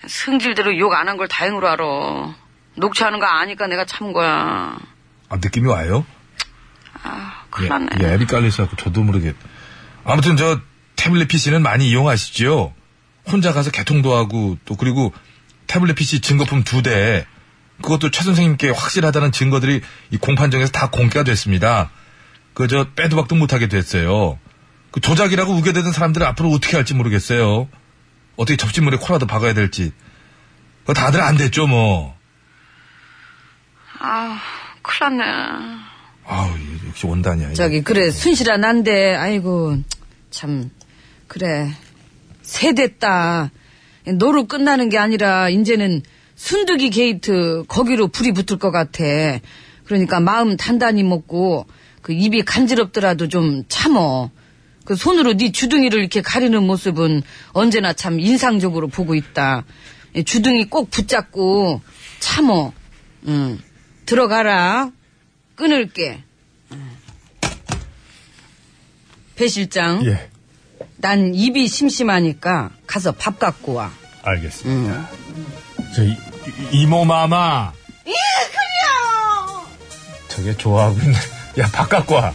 승질대로 욕 안 한 걸 다행으로 알아. 녹취하는 거 아니까 내가 참 거야. 아, 느낌이 와요? 큰일 났네. 예, 앱이 깔려있어갖고 저도 모르게. 아무튼 저 태블릿 PC는 많이 이용하시죠? 혼자 가서 개통도 하고, 또 그리고 태블릿 PC 증거품 두 대, 그것도 최 선생님께 확실하다는 증거들이 이 공판정에서 다 공개가 됐습니다. 그 저 빼도 박도 못하게 됐어요. 그 조작이라고 우겨대던 사람들은 앞으로 어떻게 할지 모르겠어요. 어떻게 접시물에 코라도 박아야 될지. 그거 다들 안 됐죠, 뭐. 아, 큰일 났네. 아우, 역시 원단이야. 이거. 저기 그래 순실한 한데 아이고 참 그래 세됐다 너로 끝나는 게 아니라 이제는 순두기 게이트 거기로 불이 붙을 것 같아 그러니까 마음 단단히 먹고 그 입이 간지럽더라도 좀 참어 그 손으로 네 주둥이를 이렇게 가리는 모습은 언제나 참 인상적으로 보고 있다 예, 주둥이 꼭 붙잡고 참어 응 들어가라 끊을게 음. 배 실장. 예, 난 입이 심심하니까 가서 밥 갖고 와. 알겠습니다. 저 이, 이- 이모 마마. 예, 그래요. 저게 좋아하고 있는. 야, 바깥 와.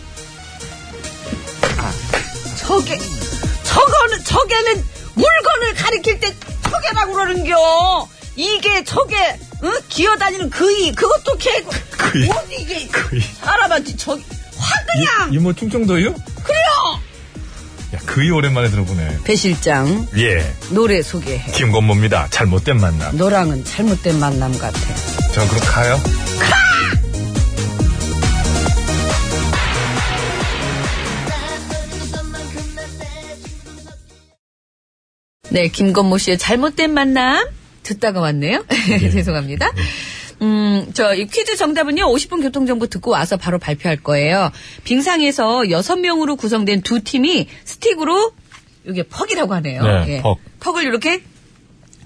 저게, 저거는, 저게는 물건을 가리킬 때 저게라고 그러는겨. 이게 저게, 응? 기어다니는 그이, 그것도 개고. 그이. 어디 이게, 그이. 알아봤지, 저기. 확 그냥! 이, 이모 충청도요? 그래요. 야, 그이 오랜만에 들어보네. 배 실장, 예, 노래 소개해. 김건모입니다. 잘못된 만남. 너랑은 잘못된 만남 같아. 저 그럼 가요. 네, 김건모 씨의 잘못된 만남 듣다가 왔네요. 죄송합니다. 네. 음, 저 이 퀴즈 정답은요. 50분 교통정보 듣고 와서 바로 발표할 거예요. 빙상에서 6명으로 구성된 두 팀이 스틱으로 이게 퍽이라고 하네요. 네, 퍽. 을 이렇게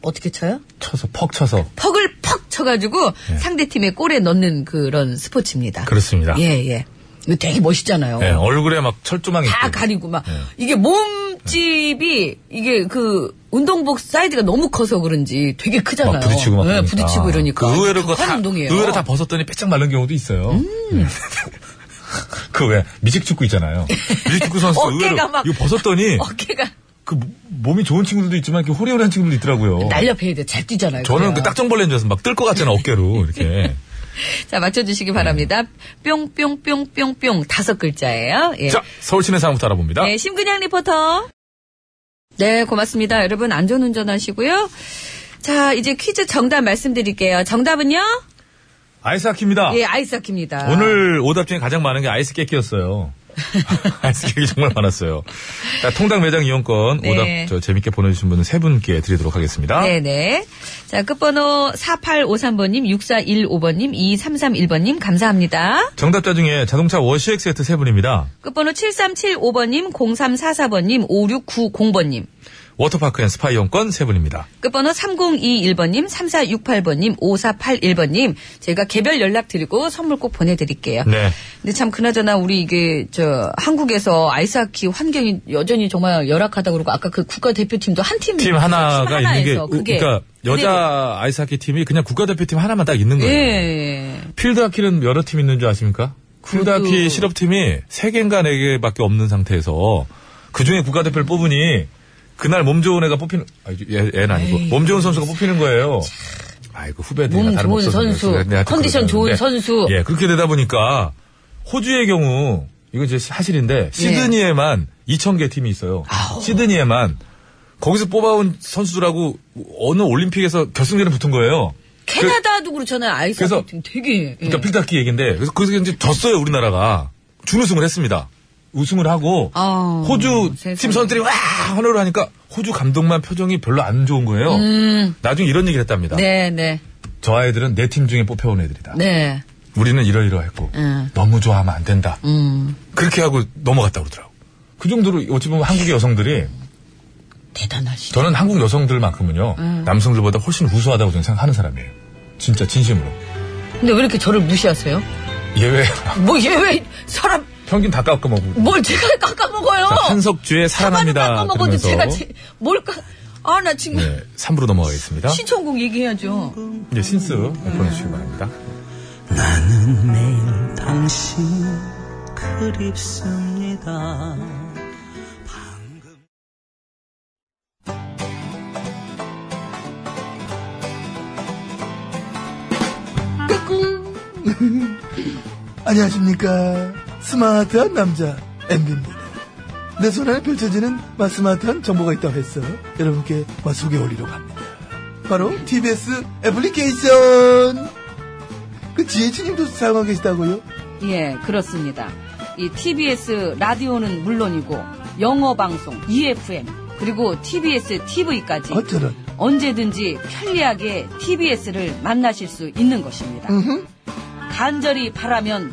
어떻게 쳐요? 쳐서 퍽 쳐서. 퍽을 퍽 쳐가지고 네. 상대 팀의 골에 넣는 그런 스포츠입니다. 그렇습니다. 예, 예. 이거 되게 멋있잖아요. 예, 얼굴에 막 철조망이. 다 있고. 가리고 막 네. 이게 몸집이 이게 그 운동복 사이즈가 너무 커서 그런지 되게 크잖아요. 막 부딪히고 막. 네, 그러니까. 부딪히고 이러니까 그 의외로 그거 격한 다, 운동이에요. 음. 의외로 다 벗었더니 빼짝 마른 경우도 있어요. 네. 예. 그 왜 미식축구 있잖아요. 미식축구 선수 어깨가 의외로 막- 이거 벗었더니 어깨가 그 모- 몸이 좋은 친구들도 있지만 이렇게 호리호리한 친구들도 있더라고요. 날렵해야 돼. 잘 뛰잖아요. 저는 그 그래요. 딱정벌레인 줄 알았으면 막 뜰 것 같잖아 어깨로 이렇게. 자, 맞춰주시기 바랍니다. 네. 뿅뿅뿅뿅뿅 다섯 글자예요. 예. 자 서울 시내 상황부터 알아봅니다. 네, 심근양 리포터. 네, 고맙습니다. 여러분 안전 운전하시고요. 자, 이제 퀴즈 정답 말씀드릴게요. 정답은요? 아이스하키입니다. 예, 아이스하키입니다. 오늘 오답 중에 가장 많은 게 아이스 깨끼였어요. 아이스 깨끼 정말 많았어요. 자, 통당 매장 이용권 네. 오답 저 재밌게 보내주신 분은 세 분께 드리도록 하겠습니다. 네네. 자, 끝번호 4853번님, 6415번님, 2331번님, 감사합니다. 정답자 중에 자동차 워시액 세트 세 분입니다. 끝번호 7375번님, 0344번님, 5690번님. 워터파크 앤 스파 이용권 세 분입니다. 끝번호 3021번님, 3468번님, 5481번님, 저희가 개별 연락드리고 선물 꼭 보내드릴게요. 네. 근데 참 그나저나 우리 이게 저 한국에서 아이스하키 환경이 여전히 정말 열악하다고 그러고 아까 그 국가대표팀도 한 팀. 팀 하나가 있는 게 하나에서 그게 그러니까 여자 네. 아이스하키 팀이 그냥 국가대표팀 하나만 딱 있는 거예요. 예. 필드하키는 여러 팀 있는 줄 아십니까? 필드하키 실업팀이 세개인가네개밖에 없는 상태에서 그중에 국가대표를 뽑으니 그날 몸 좋은 애가 뽑히는 아, 얘- 얘는 아니고 몸 좋은 선수가 뽑히는 거예요. 아이고 그 후배들이나 몸 다름 좋은 선수, 컨디션 좋은 선수. 예, 그렇게 되다 보니까 호주의 경우 이거 이제 예. 사실인데 시드니에만 2,000개 팀이 있어요. 시드니에만 거기서 뽑아온 선수들하고 어느 올림픽에서 결승전에 붙은 거예요. 캐나다도 그렇잖아요. 그래서- 아이스하키 팀 되게. 예. 그러니까 필타키 얘기인데 그래서 거기서 이제 졌어요 우리나라가 준우승을 했습니다. 우승을 하고 아, 호주 팀 세상에. 선수들이 와 환호를 하니까 호주 감독만 표정이 별로 안 좋은 거예요. 나중에 이런 얘기를 했답니다. 음. 네, 네, 저 아이들은 내 팀 중에 뽑혀온 애들이다. 네. 우리는 이러이러했고 음. 너무 좋아하면 안 된다. 음, 그렇게 하고 넘어갔다 그러더라고. 그 정도로 어찌 보면 한국의 여성들이 대단하시죠. 저는 한국 여성들만큼은요 음. 남성들보다 훨씬 우수하다고 저는 생각하는 사람이에요. 진짜 진심으로 근데 왜 이렇게 저를 무시하세요? 예외 뭐, 얘 왜 사람, 평균 다 깎아먹고 뭘 제가 깎아먹어요? 자, 한석주의 사랑합니다. 깎아먹어도 들으면서 제가 제, 뭘 깎, 아, 나 지금 네, 3부로 넘어가겠습니다. 신청곡 얘기해야죠. 네, 신스 보내주시기 바랍니다. 나는 매일 당신 그립습니다. 안녕하십니까. 스마트한 남자, MB입니다. 내 손안에 펼쳐지는 마 스마트한 정보가 있다고 해서 여러분께 마 소개 올리려고 합니다. 바로 TBS 애플리케이션! 그 지혜진님도 사용하고 계시다고요? 예, 그렇습니다. 이 TBS 라디오는 물론이고 영어 방송, EFM, 그리고 TBS 아, TV까지 어쩌면 언제든지 편리하게 TBS를 만나실 수 있는 것입니다. 간절히 바라면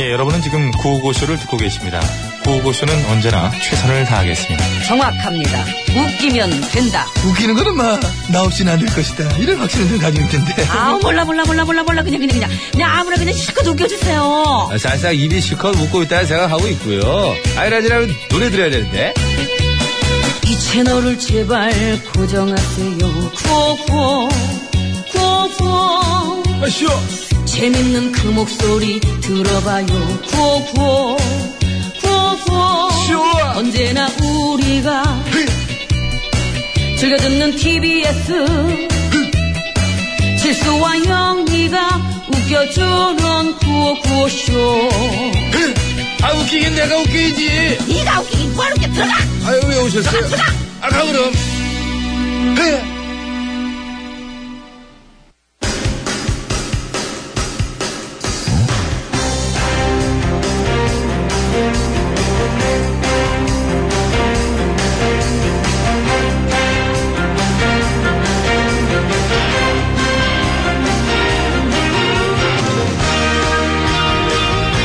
예, 여러분은 지금 구호고쇼를 듣고 계십니다. 구호고쇼는 언제나 최선을 다하겠습니다. 정확합니다. 웃기면 된다. 웃기는 거는 마나 없이는 안 될 것이다. 이런 확신을 늘 가지고 있는데. 아 몰라 몰라 몰라 몰라 몰라 그냥 그냥 그냥 그냥 아무나 그냥 실컷 웃겨주세요. 아, 살짝 입이 실컷 웃고 있다는 생각하고 있고요. 아이라지라면 노래 들어야 되는데. 이 채널을 제발 고정하세요. 구호구호 구호구호 아시오. 재밌는 그 목소리 들어봐요. 구호구호 구호구호 언제나 우리가 즐겨 듣는 TBS 실수와 영리가 웃겨주는 구호구호쇼 아 웃기긴 내가 웃기지. 네가 웃기긴 바로 이렇게 들어가! 아유 왜 오셨어요? 아가 그럼.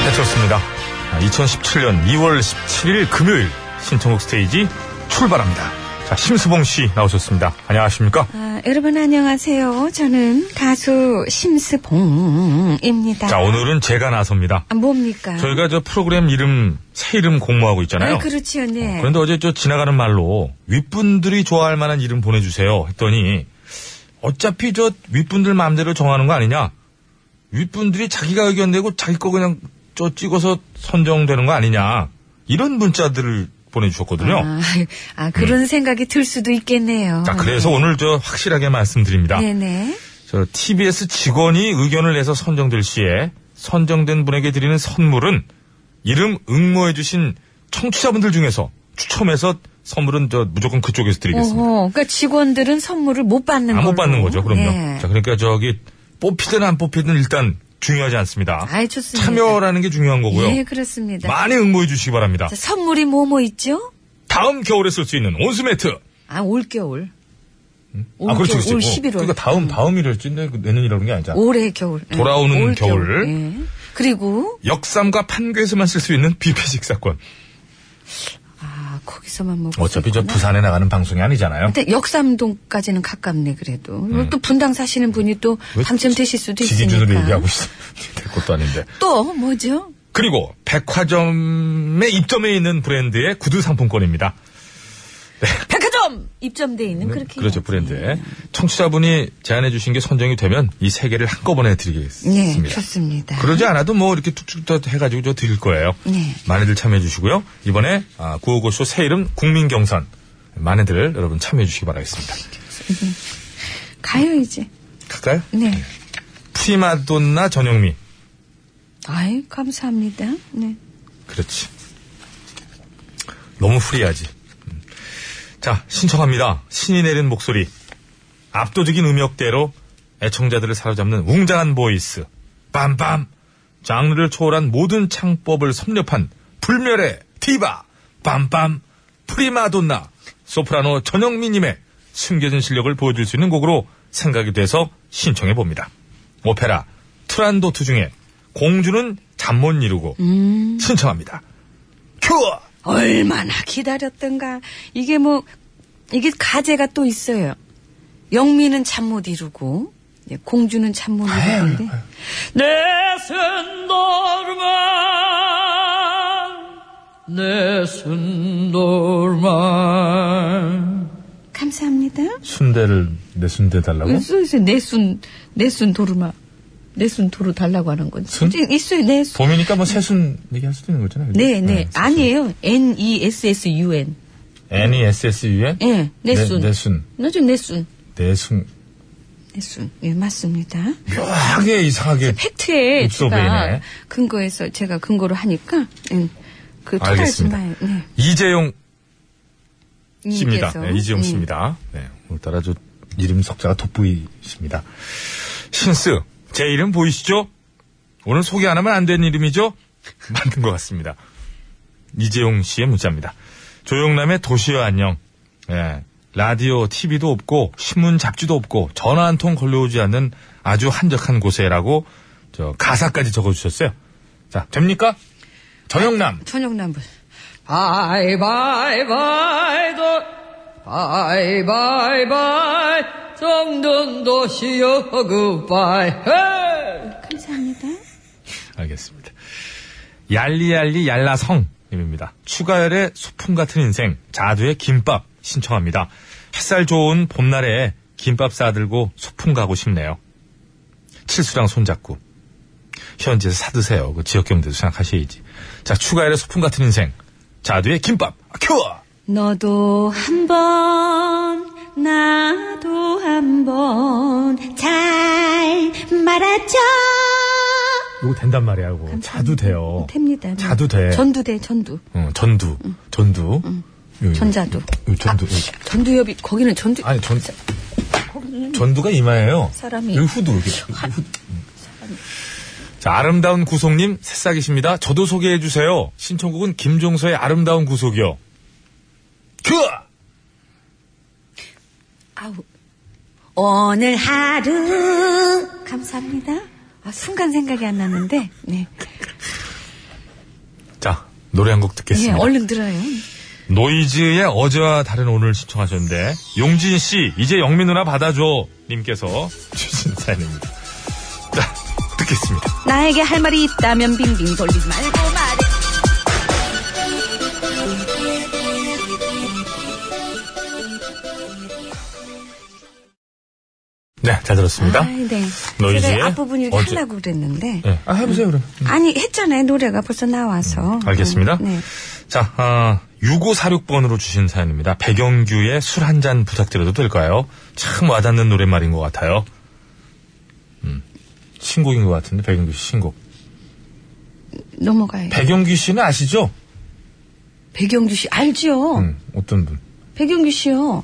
네, 해쳤습니다. 아, 2017년 2월 17일 금요일 신청곡 스테이지 출발합니다. 자, 심수봉 씨 나오셨습니다. 안녕하십니까? 아, 여러분 안녕하세요. 저는 가수 심스봉입니다. 자, 오늘은 제가 나섭니다. 아, 뭡니까? 저희가 저 프로그램 이름, 새 이름 공모하고 있잖아요. 아, 그렇지요, 네. 그런데 어제 저 지나가는 말로 윗분들이 좋아할 만한 이름 보내주세요 했더니 어차피 저 윗분들 마음대로 정하는 거 아니냐? 윗분들이 자기가 의견 내고 자기 거 그냥 저 찍어서 선정되는 거 아니냐? 이런 문자들을 보내주셨거든요. 아, 아, 그런 생각이 들 수도 있겠네요. 음. 자, 그래서 오늘 저 확실하게 말씀드립니다. 네. 네네. 저 TBS 직원이 의견을 내서 선정될 시에 선정된 분에게 드리는 선물은 이름 응모해주신 청취자분들 중에서 추첨해서 선물은 저 무조건 그쪽에서 드리겠습니다. 오호, 그러니까 직원들은 선물을 못 받는 안 걸로. 못 받는 거죠, 그럼요. 네. 자, 그러니까 저기 뽑히든 안 뽑히든 일단 중요하지 않습니다. 아이, 좋습니다. 참여라는 게 중요한 거고요. 예, 그렇습니다. 많이 응모해 주시기 바랍니다. 자, 선물이 뭐 뭐 있죠? 다음 겨울에 쓸 수 있는 온수 매트. 아, 올겨울. 올 아, 그렇죠, 겨울, 그렇죠. 올 어, 11월. 그러니까 다음 다음이랬지인데 그 내년이라는 고게 아니잖아. 올해 겨울. 예, 돌아오는 올 겨울. 예. 그리고, 역삼과 판교에서만 쓸 수 있는 비페식 사건. 아, 거기서만 먹고. 어차피 저 부산에 나가는 방송이 아니잖아요. 근데 역삼동까지는 가깝네, 그래도. 또 분당 사시는 분이 또 음. 왜 당첨되실 수도 지 있으니까. 기준으로 얘기하고 있어. 될 것도 아닌데. 또, 뭐죠? 그리고 백화점의 입점해 있는 브랜드의 구두 상품권입니다. 백화점! 입점돼 있는 그렇게. 음. 그렇죠 해야지. 브랜드에 청취자분이 제안해 주신 게 선정이 되면 이 세 개를 한꺼번에 예, 드리겠습니다. 좋습니다. 그러지 않아도 뭐 이렇게 툭툭 더 해가지고 저 드릴 거예요. 네. 많이들 참여해 주시고요. 이번에 아, 955쇼 새 이름 국민경선 많이들 여러분 참여해 주시기 바라겠습니다. 가요, 이제. 갈까요? 네. 프리마돈나 전영미 아이, 감사합니다. 네. 그렇지. 너무 프리하지. 음. 자, 신청합니다. 신이 내린 목소리. 압도적인 음역대로 애청자들을 사로잡는 웅장한 보이스. 빰빰. 장르를 초월한 모든 창법을 섭렵한 불멸의 디바. 빰빰. 프리마돈나. 소프라노 전영미님의 숨겨진 실력을 보여줄 수 있는 곡으로 생각이 돼서 신청해 봅니다. 오페라 트란도트 중에 공주는 잠 못 이루고 신청합니다. 큐어! 얼마나 기다렸던가. 이게 뭐, 이게 가제가 또 있어요. 영미는 잠 못 이루고, 예, 공주는 잠 못 이루는데. 내 순돌만, 내 순돌만. 감사합니다. 순대를 내 순대 달라고? 있어요, 내순, 내순 도르마. 내순 도루 달라고 하는 건지. 순? 있어요, 내순. 봄이니까 뭐 새순 얘기할 수도 있는 거잖아요. 네, 네. 아니에요. E N-E-S-S-U-N. E N-E-S-S-U-N? 예, 내순. 내- 내순. 나죠, 내순. 내숭. 내순. 예, 맞습니다. 묘하게 이상하게. 팩트에 없어 제가 보이네. 근거해서 제가 근거로 하니까, 예. 그, 토달지 알겠습니다. 마요. 네. 이재용 씨입니다. 님께서. 네, 이재용 예. 씨입니다. 네, 오늘따라 저 이름 석자가 돋보이십니다. 신스, 제 이름 보이시죠? 오늘 소개 안 하면 안 되는 이름이죠? 만든 것 같습니다. 이재용 씨의 문자입니다. 조용남의 도시여 안녕. 예, 라디오, TV도 없고, 신문 잡지도 없고, 전화 한 통 걸려오지 않는 아주 한적한 곳에라고, 저, 가사까지 적어주셨어요. 자, 됩니까? 전용남. 천영남불. 바이, 바이, 바이, 도, 바이, 바이, 바이, 정든도시여, 굿바이, 감사합니다. 알겠습니다. 얄리얄리 얄라성님입니다. 추가열의 소품 같은 인생, 자두의 김밥 신청합니다. 햇살 좋은 봄날에 김밥 싸들고 소풍 가고 싶네요. 칠수랑 손잡고. 현지에서 사드세요. 그 지역 경제도 생각하셔야지. 자, 추가열의 소품 같은 인생, 자두의 김밥, 아, 큐어! 너도 한번 나도 한번 잘 말하죠. 이거 된단 말이야, 이거. 자두 돼요. 됩니다. 네. 자두 돼. 전두 돼 전두 응, 전두. 전두. 요, 요, 전자두 요, 전두. 요. 전두엽이 거기는 전두 아니 전 전두가 이마예요. 사람이- 여기 후두 이렇게. 후두. 자 아름다운 구속님 새싹이십니다. 저도 소개해 주세요. 신청곡은 김종서의 아름다운 구속이요. 그 아우 오늘 하루 감사합니다. 아, 순간 생각이 안 났는데 네. 자, 노래 한 곡 예, 듣겠습니다. 얼른 들어요. 노이즈의 어제와 다른 오늘 신청하셨는데 용진 씨 이제 영민 누나 받아줘 님께서 주신 사연입니다. 자 듣겠습니다. 나에게 할 말이 있다면 빙빙 돌리지 말고 말해. 네 잘 들었습니다. 아, 네. 노이즈의 제가 앞부분 이렇게 어제. 하려고 그랬는데. 네. 아, 해보세요, 그럼. 아니, 했잖아요. 노래가 벌써 나와서. 알겠습니다. 음, 네. 자, 아, 6546번으로 주신 사연입니다. 백영규의 술 한 잔 부탁드려도 될까요? 참 와닿는 노랫말인 것 같아요. 음, 신곡인 것 같은데, 백영규 씨 신곡. 넘어가요. 백영규 씨는 아시죠? 백영규 씨, 알지요? 음, 어떤 분. 백영규 씨요.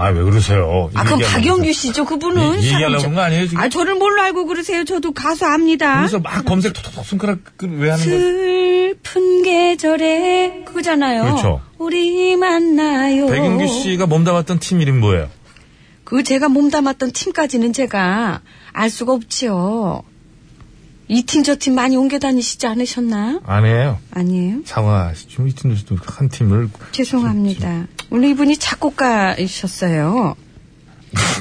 아, 왜 그러세요? 아, 그럼 얘기하면서. 박영규 씨죠. 그분은. 이- 얘기하려고 사람이죠. 그런 거 아니에요, 지금? 아, 저를 뭘로 알고 그러세요? 저도 가수 압니다. 그래서 막 검색 톡톡톡 손가락 끄- 왜 하는 거예요? 슬픈 계절에 그거잖아요. 그렇죠. 우리 만나요. 백영규 씨가 몸담았던 팀 이름 뭐예요? 그 제가 몸담았던 팀까지는 제가 알 수가 없지요. 이 팀 저 팀 많이 옮겨 다니시지 않으셨나? 아니에요. 아니에요. 사과하시죠. 이 팀도 한 팀을. 죄송합니다. 오늘 이분이 작곡가이셨어요.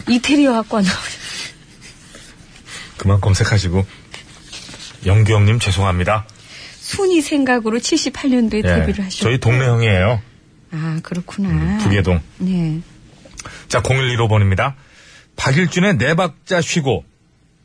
이태리어 학과 나오 그만 검색하시고. 영규 형님 죄송합니다. 순이 생각으로 78년도에 예, 데뷔를 하셨고 저희 동네 형이에요. 아 그렇구나. 부계동. 네. 자, 0115번입니다. 박일준의 네 박자 쉬고,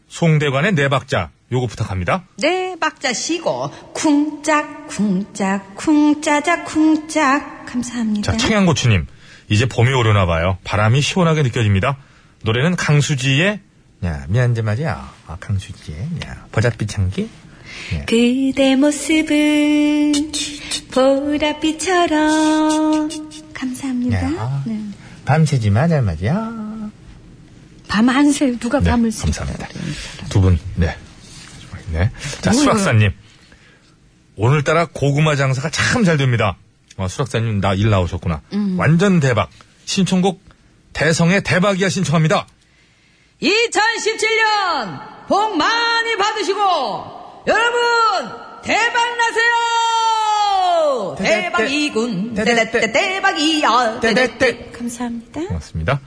송대관의 네 박자, 요거 부탁합니다. 네 박자 쉬고 쿵짝 쿵짝 쿵짜자 쿵짝 감사합니다. 자, 청양고추님. 이제 봄이 오려나 봐요. 바람이 시원하게 느껴집니다. 노래는 강수지의, 야, 미안제 말이야. 아, 강수지의, 야, 보랏빛 향기? 그대 모습은 보랏빛처럼 감사합니다. 네. 밤새지 마, 잘 말이야. 밤안 새요. 누가 네, 밤을 새요? 감사합니다. 두 분, 네. 네. 자, 뭐예요? 수락사님. 오늘따라 고구마 장사가 참 잘 됩니다. 어, 수락사님, 나 일 나오셨구나. 완전 대박. 신청곡, 대성의 대박이야 신청합니다. 2017년 복 많이 받으시고 여러분 대박 나세요. 대박이군. 대대대 대박이야. 대대대. 감사합니다. 고맙습니다.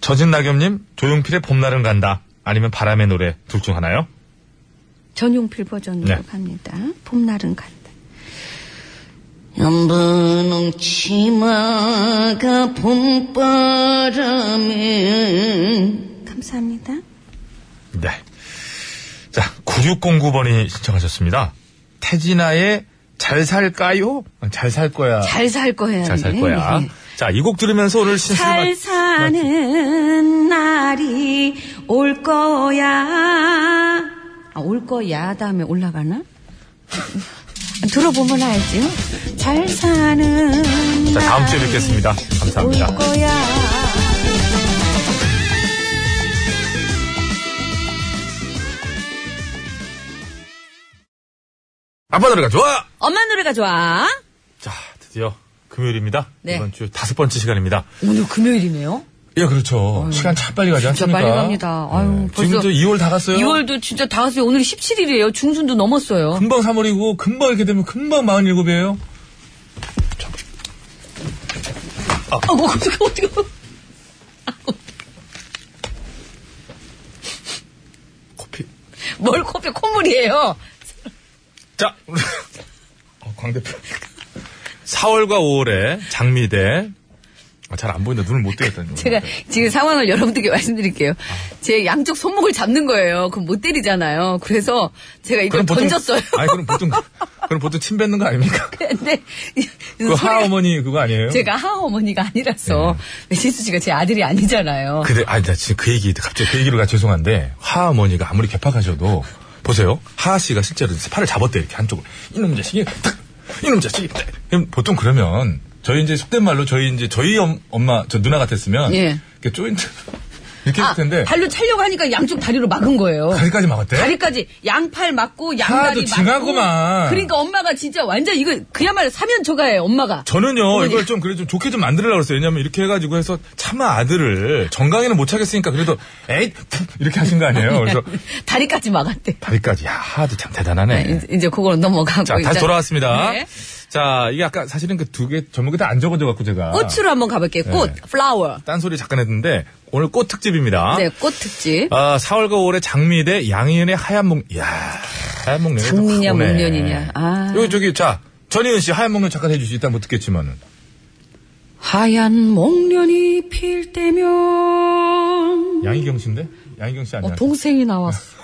젖은 낙엽님, 조용필의 봄날은 간다. 아니면 바람의 노래, 둘 중 하나요? 전용필 버전으로 네. 갑니다. 봄날은 간다. 연분홍 치마가 봄바람에 감사합니다. 네. 자, 9609번이 신청하셨습니다. 태진아의 잘 살까요? 잘 살 거야. 잘 살 거야. 잘 살 네. 거야. 네. 아, 자, 이 곡 들으면서 오늘 신스 잘 사는 날이 올 거야. 아, 올 거야 다음에 올라가나? 들어보면 알지요. 잘 사는 자, 다음 주에 날이 뵙겠습니다. 감사합니다. 올 거야. 아빠 노래가 좋아! 엄마 노래가 좋아. 자, 드디어 금요일입니다. 네. 이번 주 다섯 번째 시간입니다. 오늘 금요일이네요. 예, 그렇죠. 시간 참 빨리 가지 진짜 않습니까? 그러니까. 네, 빨리 갑니다. 아유, 벌써 지금 또 2월 다 갔어요. 2월도 진짜 다 왔어요. 오늘 17일이에요. 중순도 넘었어요. 금방 3월이고, 금방 이렇게 되면 금방 47이에요. 아, 뭐, 어떡해, 어떡해. 커피. 뭘 코피 콧물이에요. 자, 우리 어, 광 대표. 4월과 5월에 장미대. 아, 잘 안 보인다. 눈을 못 뜨겠다는 제가 그러니까 지금 상황을 여러분들께 말씀드릴게요. 제 양쪽 손목을 잡는 거예요. 그럼 못 때리잖아요. 그래서 제가 이걸 던졌어요. 아니, 그럼 보통, 그럼 보통 침 뱉는 거 아닙니까? 근데 이- 그 소리가 하어머니 그거 아니에요? 제가 하어머니가 아니라서 매실수 씨가 제 아들이 아니잖아요. 네. 그래, 아니, 나 지금 그 얘기, 갑자기 그 얘기로 가 죄송한데, 하어머니가 아무리 개팍하셔도, 보세요. 하하씨가 실제로 팔을 잡았대, 이렇게 한쪽으로. 이놈 자식이, 탁! 이놈 자식이, 탁! 그럼 보통 그러면, 저희 이제 속된 말로 저희 이제, 저희 엄, 엄마, 저 누나 같았으면, 예. 이렇게 조인트, 이렇게 아, 했을 텐데, 발로 차려고 하니까 양쪽 다리로 막은 거예요. 다리까지 막았대? 다리까지 양팔 맞고 양다리 하도 징하구만. 맞고 그러니까 엄마가 진짜 완전 이거 그야말로 사면초가예요 엄마가 어, 저는요, 이걸 좀, 그래, 좀 좋게 좀 만들려고 그랬어요. 왜냐면 이렇게 해가지고 해서, 차마 아들을, 정강이는 못 차겠으니까, 그래도, 에잇! 이렇게 하신 거 아니에요? 그래서, 다리까지 막았대 다리까지, 야, 하도 참 대단하네. 예. 이제, 이제 그걸 넘어가고 자, 다시 이제- 돌아왔습니다. 네. 자, 이게 아까 사실은 그 두 개 전부 다 안 적어져갖고 제가. 꽃으로 한번 가볼게요. 꽃, 네. flower. 딴소리 잠깐 했는데 오늘 꽃 특집입니다. 네, 꽃 특집. 아, 4월과 5월에 장미 대 양희은의 하얀 목, 이야, 하얀 목련. 장미냐, 목련이냐. 아. 여기, 저기, 자, 전희은 씨 하얀 목련 잠깐 해주시 일단 못 듣겠지만은. 하얀 목련이 필 때면 양희경 씨인데? 양희경 씨 아니야? 어, 동생이 나왔어.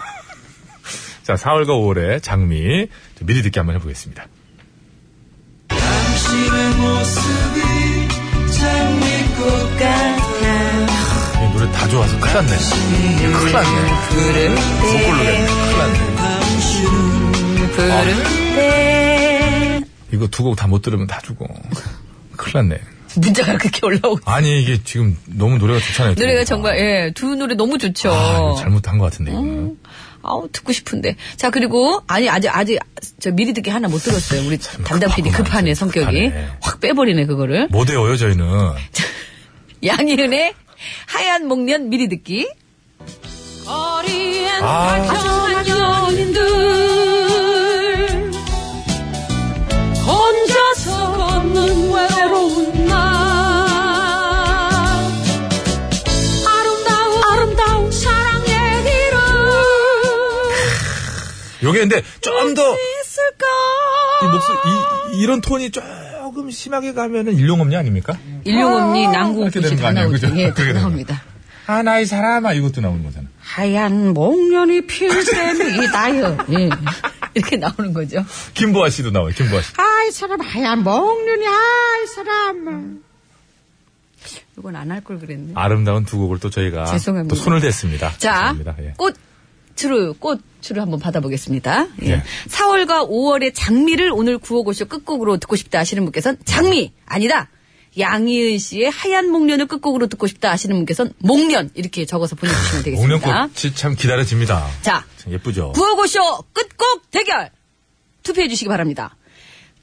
자, 4월과 5월에 장미. 좀 미리 듣기 한번 해보겠습니다. 이 노래 다 좋아서 큰일 났네. 큰일 났네. 못 부르겠네. 큰일 났네. 이거 두 곡 다 못 들으면 다 죽어. 큰일 났네. 문자가 그렇게 올라오고. 아니, 이게 지금 너무 노래가 좋잖아요. 두 노래가 곡 다. 정말, 어. 예, 두 노래 너무 좋죠. 아, 이거 잘못한 것 같은데, 이거는. 아우 듣고 싶은데 자 그리고 아니 아직 아직 저 미리 듣기 하나 못 들었어요 우리 담당 PD 급하구만, 급하네 참 성격이 급하네. 확 빼버리네 그거를 못 외워요, 저희는. 양희은의 하얀 목련 미리 듣기 거리엔 아. 발전한 연인들 혼자서 걷는 외로운 날 아름다운 아름다운 사랑의 길은 요게 근데 좀 더 있을까? 이 목소리, 이, 이런 톤이 조금 심하게 가면은 일용음료 아닙니까? 일용음니 난공 이렇게 되는 빛이 거 다 아니에요, 나오죠. 그죠? 예, 그렇게 다 되는 나옵니다. 아, 나의 사람아, 이것도 나오는 거잖아. 하얀 목련이 필셈이 나요. 예. 이렇게 나오는 거죠. 김보아 씨도 나와요, 김보아 씨. 아이 사람 하얀 목련이 아이 사람. 이건 안 할 걸 그랬네. 아름다운 두 곡을 또 저희가 죄송합니다. 또 손을 댔습니다. 자, 죄송합니다. 예. 꽃 추루, 꽃 추루 한번 받아보겠습니다. 예. 예. 4월과 5월의 장미를 오늘 구호고쇼 끝곡으로 듣고 싶다 하시는 분께서는 장미! 아니다! 양희은 씨의 하얀 목련을 끝곡으로 듣고 싶다 하시는 분께서는 목련! 이렇게 적어서 보내주시면 되겠습니다. 목련꽃이 참 기다려집니다. 자, 참 예쁘죠? 구호고쇼 끝곡 대결! 투표해주시기 바랍니다.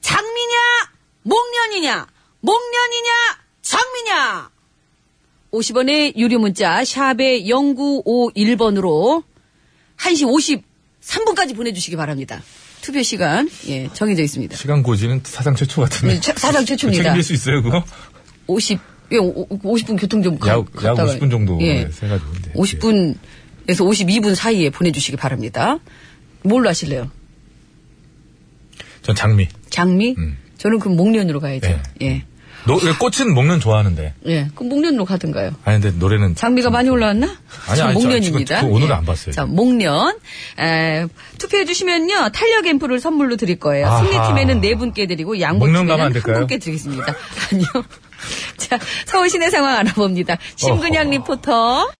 장미냐, 목련이냐, 목련이냐, 장미냐! 50원의 유료 문자 샵의 0951번으로 1시 53분까지 보내주시기 바랍니다. 투표 시간 예 정해져 있습니다. 시간 고지는 사상 최초 같은데. 네, 최- 사상 최초입니다. 책임질 수 있어요, 그거? 50, 예, 오- 50분 교통 좀 가- 약, 약 갔다가 50분 정도 예, 세가지고. 네. 50분에서 52분 사이에 보내주시기 바랍니다. 뭘로 하실래요? 전 장미. 장미? 음. 저는 그럼 목련으로 가야죠. 네. 예. 노, 꽃은 목련 좋아하는데. 예. 그럼 목련으로 가든가요. 아니, 근데 노래는. 장미가 많이 올라왔나? 아니, 전 아니, 저 목련입니다. 예. 지금 그 오늘은 안 봤어요. 자, 목련. 에, 투표해주시면요. 탄력 앰플을 선물로 드릴 거예요. 아하. 승리팀에는 네 분께 드리고, 목련 가면 안 양보팀에는 한 될까요? 분께 드리겠습니다. 아니요. 자, 서울 시내 상황 알아봅니다. 심근양 어허. 리포터.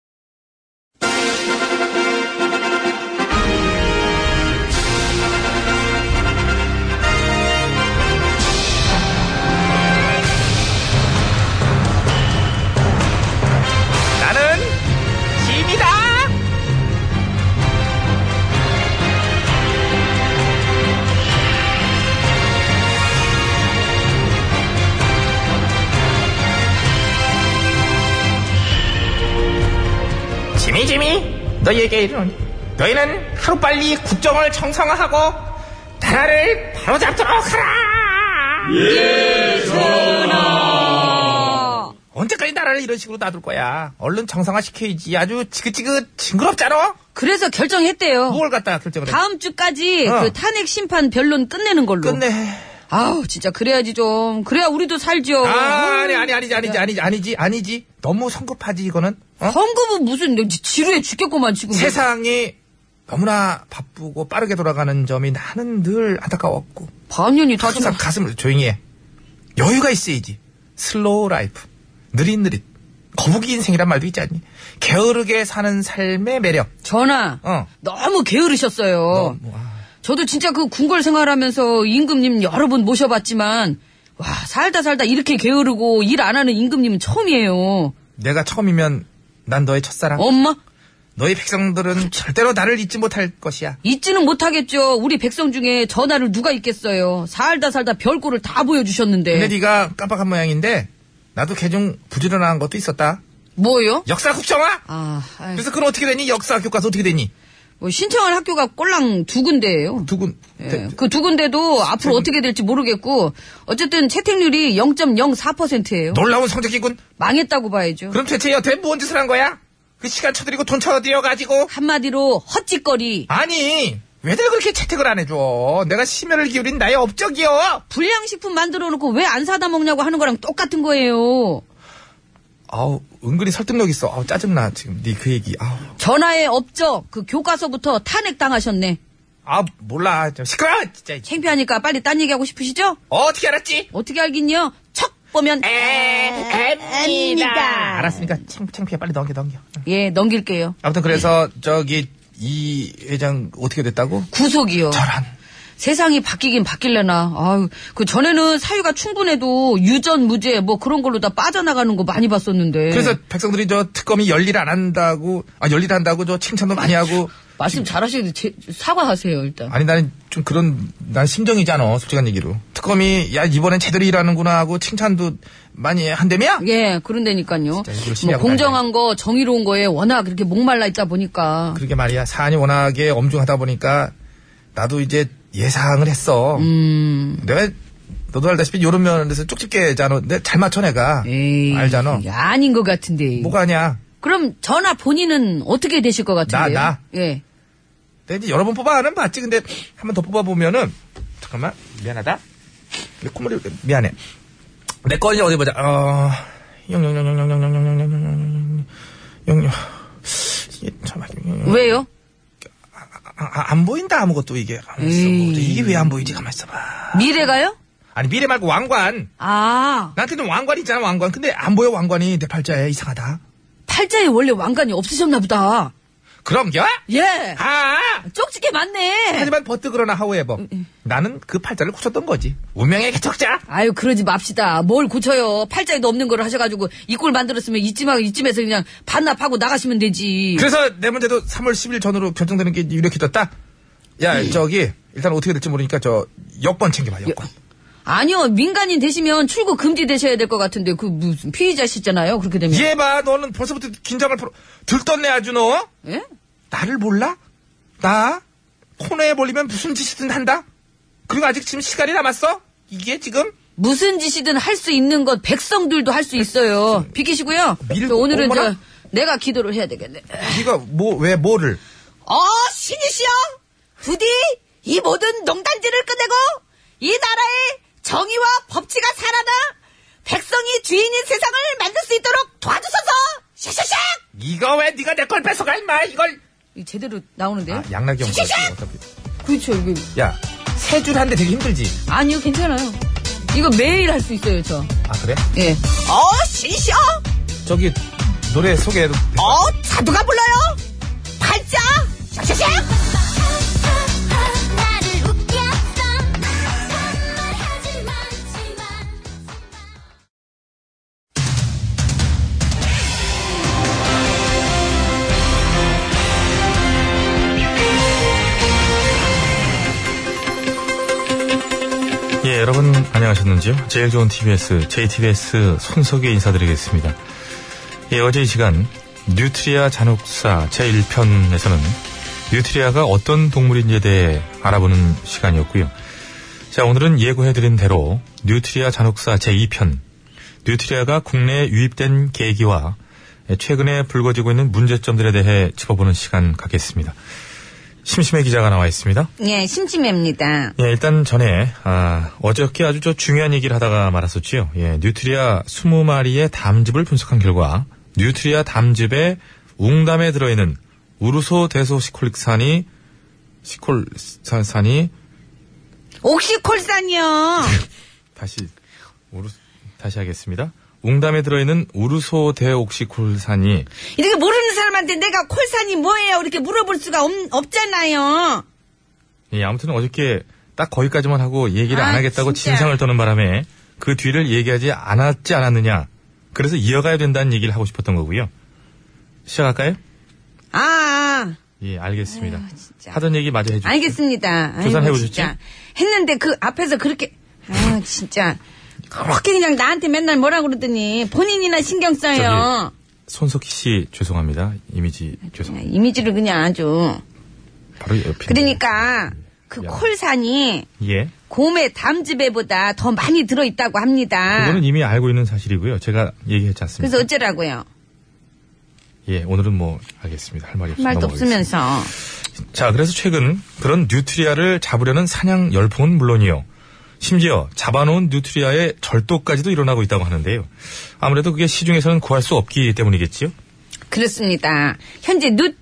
나는 짐이다. 짐이 짐이 너희에게 이르노니 너희는 하루빨리 국정을 청성하고 나라를 바로잡도록 하라. 언제까지 나라를 이런 식으로 놔둘 거야? 얼른 정상화 시켜야지. 아주 지긋지긋 징그럽잖아. 그래서 결정했대요. 뭘 갖다가 결정을 해? 다음 주까지 어. 그 탄핵 심판 변론 끝내는 걸로. 끝내. 아우, 진짜 그래야지 좀. 그래야 우리도 살죠. 아, 아니 아니 아니지 아니지 아니지 아니지 아니지. 너무 성급하지 이거는. 어? 헌금은 무슨 지- 지루해 죽겠구만 지금. 세상이 너무나 바쁘고 빠르게 돌아가는 점이 나는 늘 안타까웠고 반년이 다 지나. 항상 가슴을 조용히 해. 여유가 있어야지. 슬로우 라이프. 느릿느릿. 거북이 인생이란 말도 있지 않니? 게으르게 사는 삶의 매력. 전화. 어. 너무 게으르셨어요. 너무, 아. 저도 진짜 그 궁궐 생활하면서 임금님 여러 분 모셔봤지만 와 살다 살다 이렇게 게으르고 일 안 하는 임금님은 처음이에요. 내가 처음이면 난 너의 첫사랑. 엄마 너희 백성들은 절대로 나를 잊지 못할 것이야. 잊지는 못하겠죠. 우리 백성 중에 전화를 누가 잊겠어요. 살다 살다 별꼴을 다 보여주셨는데 근데 네가 깜빡한 모양인데 나도 개중 부지런한 것도 있었다. 뭐요? 역사 국정화. 아 아이, 그래서 그건 어떻게 되니? 역사 교과서 어떻게 되니? 뭐 신청할 학교가 꼴랑 두 군데예요. 두군 그 두 군데도 앞으로 어떻게 될지 모르겠고 어쨌든 채택률이 0.04%예요. 놀라운 성적이군. 망했다고 봐야죠. 그럼 대체 여태 뭔 짓을 한 거야? 그 시간 쳐들이고 돈 쳐들여가지고. 한마디로 헛짓거리. 아니, 왜들 그렇게 채택을 안 해줘? 내가 심혈을 기울인 나의 업적이요. 불량식품 만들어 놓고 왜 안 사다 먹냐고 하는 거랑 똑같은 거예요. 아우, 은근히 설득력 있어. 아우, 짜증나, 지금. 네 그 얘기. 아우. 전화의 업적 그 교과서부터 탄핵 당하셨네. 아, 몰라. 좀 시끄러워, 진짜. 창피하니까 빨리 딴 얘기하고 싶으시죠? 어떻게 알았지? 어떻게 알긴요? 척 보면 앱니다. 알았으니까 창, 창피해. 빨리 넘겨, 넘겨. 예 넘길게요. 아무튼 그래서 저기 이 회장 어떻게 됐다고? 구속이요. 저런. 세상이 바뀌긴 바뀔래나. 아유, 그 전에는 사유가 충분해도 유전 무죄 뭐 그런 걸로 다 빠져나가는 거 많이 봤었는데. 그래서 백성들이 저 특검이 열일 안 한다고, 아, 열일 한다고 저 칭찬도 많이 하고. 말씀 잘하시는데 제- 사과하세요 일단. 아니, 나는 좀 그런, 난 심정이잖아. 솔직한 얘기로. 특검이, 야, 이번엔 제대로 일하는구나 하고 칭찬도 많이 한다며? 예, 그런다니까요. 이걸 뭐 신뢰하고 공정한 거, 정의로운 거에 워낙 이렇게 목말라 있다 보니까. 그러게 말이야. 사안이 워낙에 엄중하다 보니까 나도 이제 예상을 했어. 음. 내가 너도 알다시피 요런 면에서 쪽집게잖아. 내가 잘 맞춰 내가. 에이, 알잖아. 이게 아닌 것 같은데. 뭐가 아니야. 그럼 전화 본인은 어떻게 되실 것 같은데요? 나, 나? 예. 내가 네, 이제 여러 번 뽑아는 봤지. 근데 한 번 더 뽑아보면은 잠깐만 미안하다. 내 콧물이 미안해. 내 거 이제 어디 보자. 어. 영영영영영영영영영영영영 잠깐만 왜요? 아, 안 보인다 아무것도 이게 가만 있어 에이. 이게 왜 안 보이지 가만 있어봐 미래가요? 아니 미래 말고 왕관 아, 나한테는 왕관 있잖아 왕관 근데 안 보여 왕관이 내 팔자에 이상하다 팔자에 원래 왕관이 없으셨나 보다. 그럼요 예. 아 쪽지게 맞네. 하지만 버뜩으로나 하우에버 나는 그 팔자를 고쳤던 거지 운명의 개척자 아유 그러지 맙시다. 뭘 고쳐요. 팔자에도 없는 걸 하셔가지고 이 꼴 만들었으면 이쯤하고 이쯤에서 그냥 반납하고 나가시면 되지. 음. 그래서 네 내 문제도 3월 10일 전으로 결정되는 게 유력해졌다 야 저기 일단 어떻게 될지 모르니까 저 여권 챙겨봐 여권 아니요 민간인 되시면 출국 금지 되셔야 될 것 같은데 그 무슨 피의자시잖아요. 그렇게 되면 얘 봐 너는 벌써부터 긴장을 풀어 들떴네 아주 너 예? 나를 몰라? 나 코너에 몰리면 무슨 짓이든 한다 그리고 아직 지금 시간이 남았어 이게 지금 무슨 짓이든 할 수 있는 것 백성들도 할 수 있어요. 비키시고요. 예. 밀고 또 오늘은 어머나. 저 내가 기도를 해야 되겠네. 네가 뭐 왜 뭐를 어 신이시여 부디 이 모든 농단지를 끝내고 이 나라의 정의와 법치가 살아나 백성이 주인인 세상을 만들 수 있도록 도와주소서 샥샥샥 이거 왜 네가 내 걸 뺏어가 임마 이걸 이 제대로 나오는데요? 아, 양락이 형 샥샥샥! 그렇죠 이거 야세 줄 하는데 되게 힘들지 아니요 괜찮아요 이거 매일 할 수 있어요 아 그래? 저예어 신이시여 저기 노래 소개해도 어? 어 자두가 불러요 팔자 샥샥샥 나를 웃겼어 선물하진 않지만 예, 여러분 안녕하셨는지요? 제일 좋은 TBS, JTBS 손석희 인사드리겠습니다. 예, 어제 이 시간 뉴트리아 잔혹사 제1편에서는 뉴트리아가 어떤 동물인지에 대해 알아보는 시간이었고요. 자, 오늘은 예고해드린 대로 뉴트리아 잔혹사 제2편, 뉴트리아가 국내에 유입된 계기와 최근에 불거지고 있는 문제점들에 대해 짚어보는 시간 갖겠습니다. 심심해 기자가 나와 있습니다. 예 심심해입니다 예, 일단 전에 아, 어저께 아주 저 중요한 얘기를 하다가 말았었지요. 예, 뉴트리아 20마리의 담즙을 분석한 결과 뉴트리아 담즙에 웅담에 들어있는 우르소 데소시콜릭산이 시콜산이 옥시콜산이요 다시 우르 다시 하겠습니다. 웅담에 들어있는 우르소 데옥시콜산이 이렇게 모르는 사람한테 내가 콜산이 뭐예요? 이렇게 물어볼 수가 없, 없잖아요. 예, 아무튼 어저께 딱 거기까지만 하고 얘기를 아, 안 하겠다고 진짜. 진상을 떠는 바람에 그 뒤를 얘기하지 않았지 않았느냐. 그래서 이어가야 된다는 얘기를 하고 싶었던 거고요. 시작할까요? 아, 예, 알겠습니다. 진짜. 하던 얘기 마저 해주세요. 알겠습니다. 아이고, 조사를 해보셨죠? 진짜. 했는데 그 앞에서 그렇게, 아, 진짜. 그렇게 그냥 나한테 맨날 뭐라 그러더니 본인이나 신경 써요. 손석희 씨 죄송합니다. 이미지 죄송. 이미지를 그냥 아주 바로 옆이. 그러니까 그 콜산이 예. 곰의 담즙에보다 더 많이 들어있다고 합니다. 그거는 이미 알고 있는 사실이고요. 제가 얘기했지 않습니까? 아. 그래서 어쩌라고요? 예, 오늘은 뭐 알겠습니다. 할 말이 없어서 말도 넘어가겠습니다. 없으면서. 자, 그래서 최근 그런 뉴트리아를 잡으려는 사냥 열풍은 물론이요. 심지어 잡아놓은 뉴트리아의 절도까지도 일어나고 있다고 하는데요. 아무래도 그게 시중에서는 구할 수 없기 때문이겠지요. 그렇습니다. 현재 뉴,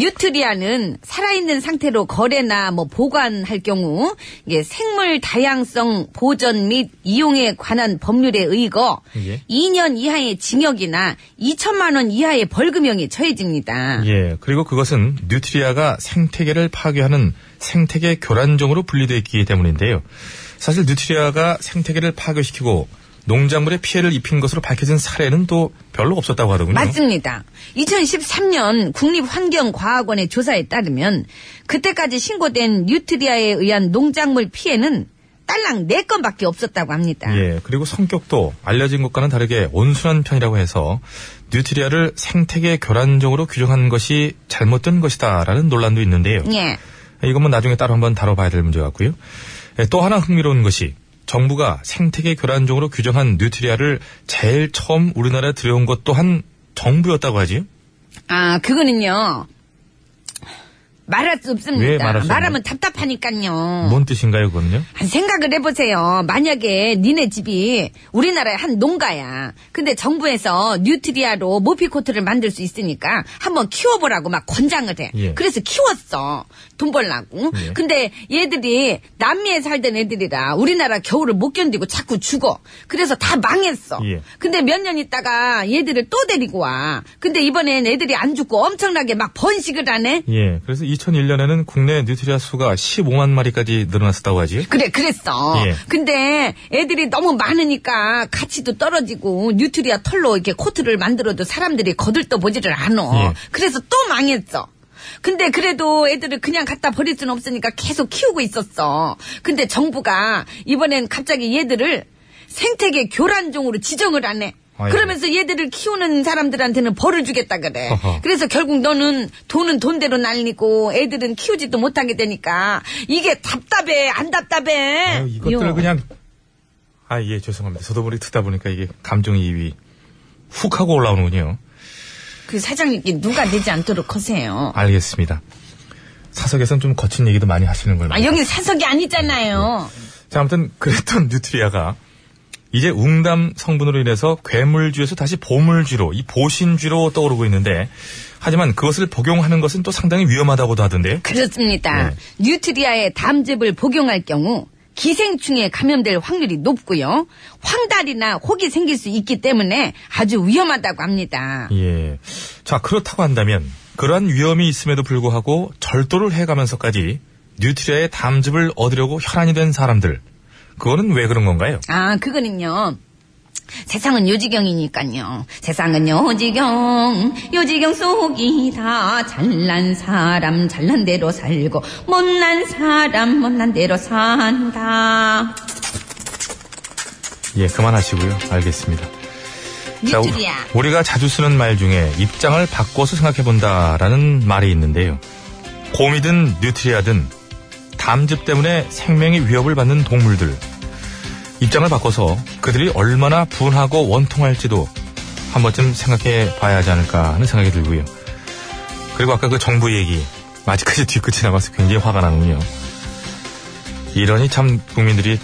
뉴트리아는 살아있는 상태로 거래나 뭐 보관할 경우 이게 생물 다양성 보전 및 이용에 관한 법률에 의거 예. 2년 이하의 징역이나 2천만 원 이하의 벌금형이 처해집니다. 예, 그리고 그것은 뉴트리아가 생태계를 파괴하는 생태계 교란종으로 분리되어 있기 때문인데요. 사실 뉴트리아가 생태계를 파괴시키고 농작물에 피해를 입힌 것으로 밝혀진 사례는 또 별로 없었다고 하더군요. 맞습니다. 2013년 국립환경과학원의 조사에 따르면 그때까지 신고된 뉴트리아에 의한 농작물 피해는 딸랑 4건밖에 없었다고 합니다. 예, 그리고 성격도 알려진 것과는 다르게 온순한 편이라고 해서 뉴트리아를 생태계 교란종으로 규정한 것이 잘못된 것이다라는 논란도 있는데요. 예. 이건 뭐 나중에 따로 한번 다뤄봐야 될 문제 같고요. 예, 또 하나 흥미로운 것이 정부가 생태계 교란종으로 규정한 뉴트리아를 제일 처음 우리나라에 들여온 것 또한 정부였다고 하지요? 아, 그거는요. 말할 수 없습니다. 왜 말할 수 없나요? 말하면 답답하니까요. 뭔 뜻인가요, 그건요? 한 생각을 해보세요. 만약에 니네 집이 우리나라의 한 농가야. 근데 정부에서 뉴트리아로 모피코트를 만들 수 있으니까 한번 키워보라고 막 권장을 해. 예. 그래서 키웠어. 돈 벌라고. 예. 근데 얘들이 남미에 살던 애들이라 우리나라 겨울을 못 견디고 자꾸 죽어. 그래서 다 망했어. 예. 근데 몇 년 있다가 얘들을 또 데리고 와. 근데 이번엔 애들이 안 죽고 엄청나게 막 번식을 하네. 예, 그래서 2001년에는 국내 뉴트리아 수가 15만 마리까지 늘어났었다고 하지요? 그래, 그랬어. 예. 근데 애들이 너무 많으니까 가치도 떨어지고 뉴트리아 털로 이렇게 코트를 만들어도 사람들이 거들떠 보지를 않어. 예. 그래서 또 망했어. 근데 그래도 애들을 그냥 갖다 버릴 순 없으니까 계속 키우고 있었어. 근데 정부가 이번엔 갑자기 얘들을 생태계 교란종으로 지정을 안 해. 아이고. 그러면서 얘들을 키우는 사람들한테는 벌을 주겠다 그래. 어허. 그래서 결국 너는 돈은 돈대로 날리고 애들은 키우지도 못하게 되니까 이게 답답해 안 답답해. 아유, 네, 이것들을 요. 그냥 아 예 죄송합니다. 저도 모르게 듣다 보니까 이게 감정이입이 훅 하고 올라오는군요. 그 사장님 이게 누가 되지 않도록 하세요. 알겠습니다. 사석에선 좀 거친 얘기도 많이 하시는 걸로. 아 여기 사석이 아니잖아요. 자 아무튼 그랬던 뉴트리아가 이제 웅담 성분으로 인해서 괴물쥐에서 다시 보물쥐로 이 보신쥐로 떠오르고 있는데 하지만 그것을 복용하는 것은 또 상당히 위험하다고도 하던데요. 그렇습니다. 네. 뉴트리아의 담즙을 복용할 경우 기생충에 감염될 확률이 높고요. 황달이나 혹이 생길 수 있기 때문에 아주 위험하다고 합니다. 예. 자, 그렇다고 한다면 그러한 위험이 있음에도 불구하고 절도를 해가면서까지 뉴트리아의 담즙을 얻으려고 혈안이 된 사람들. 그거는 왜 그런 건가요? 아, 그거는요. 세상은 요지경이니까요. 세상은 요지경, 요지경 속이 다 잘난 사람 잘난 대로 살고 못난 사람 못난 대로 산다. 예, 그만하시고요. 알겠습니다. 자, 뉴트리아. 우- 우리가 자주 쓰는 말 중에 입장을 바꿔서 생각해본다라는 말이 있는데요. 곰이든 뉴트리아든 담즙 때문에 생명의 위협을 받는 동물들. 입장을 바꿔서 그들이 얼마나 분하고 원통할지도 한 번쯤 생각해 봐야 하지 않을까 하는 생각이 들고요. 그리고 아까 그 정부 얘기, 아직까지 뒤끝이 남아서 굉장히 화가 나는군요. 이러니 참 국민들이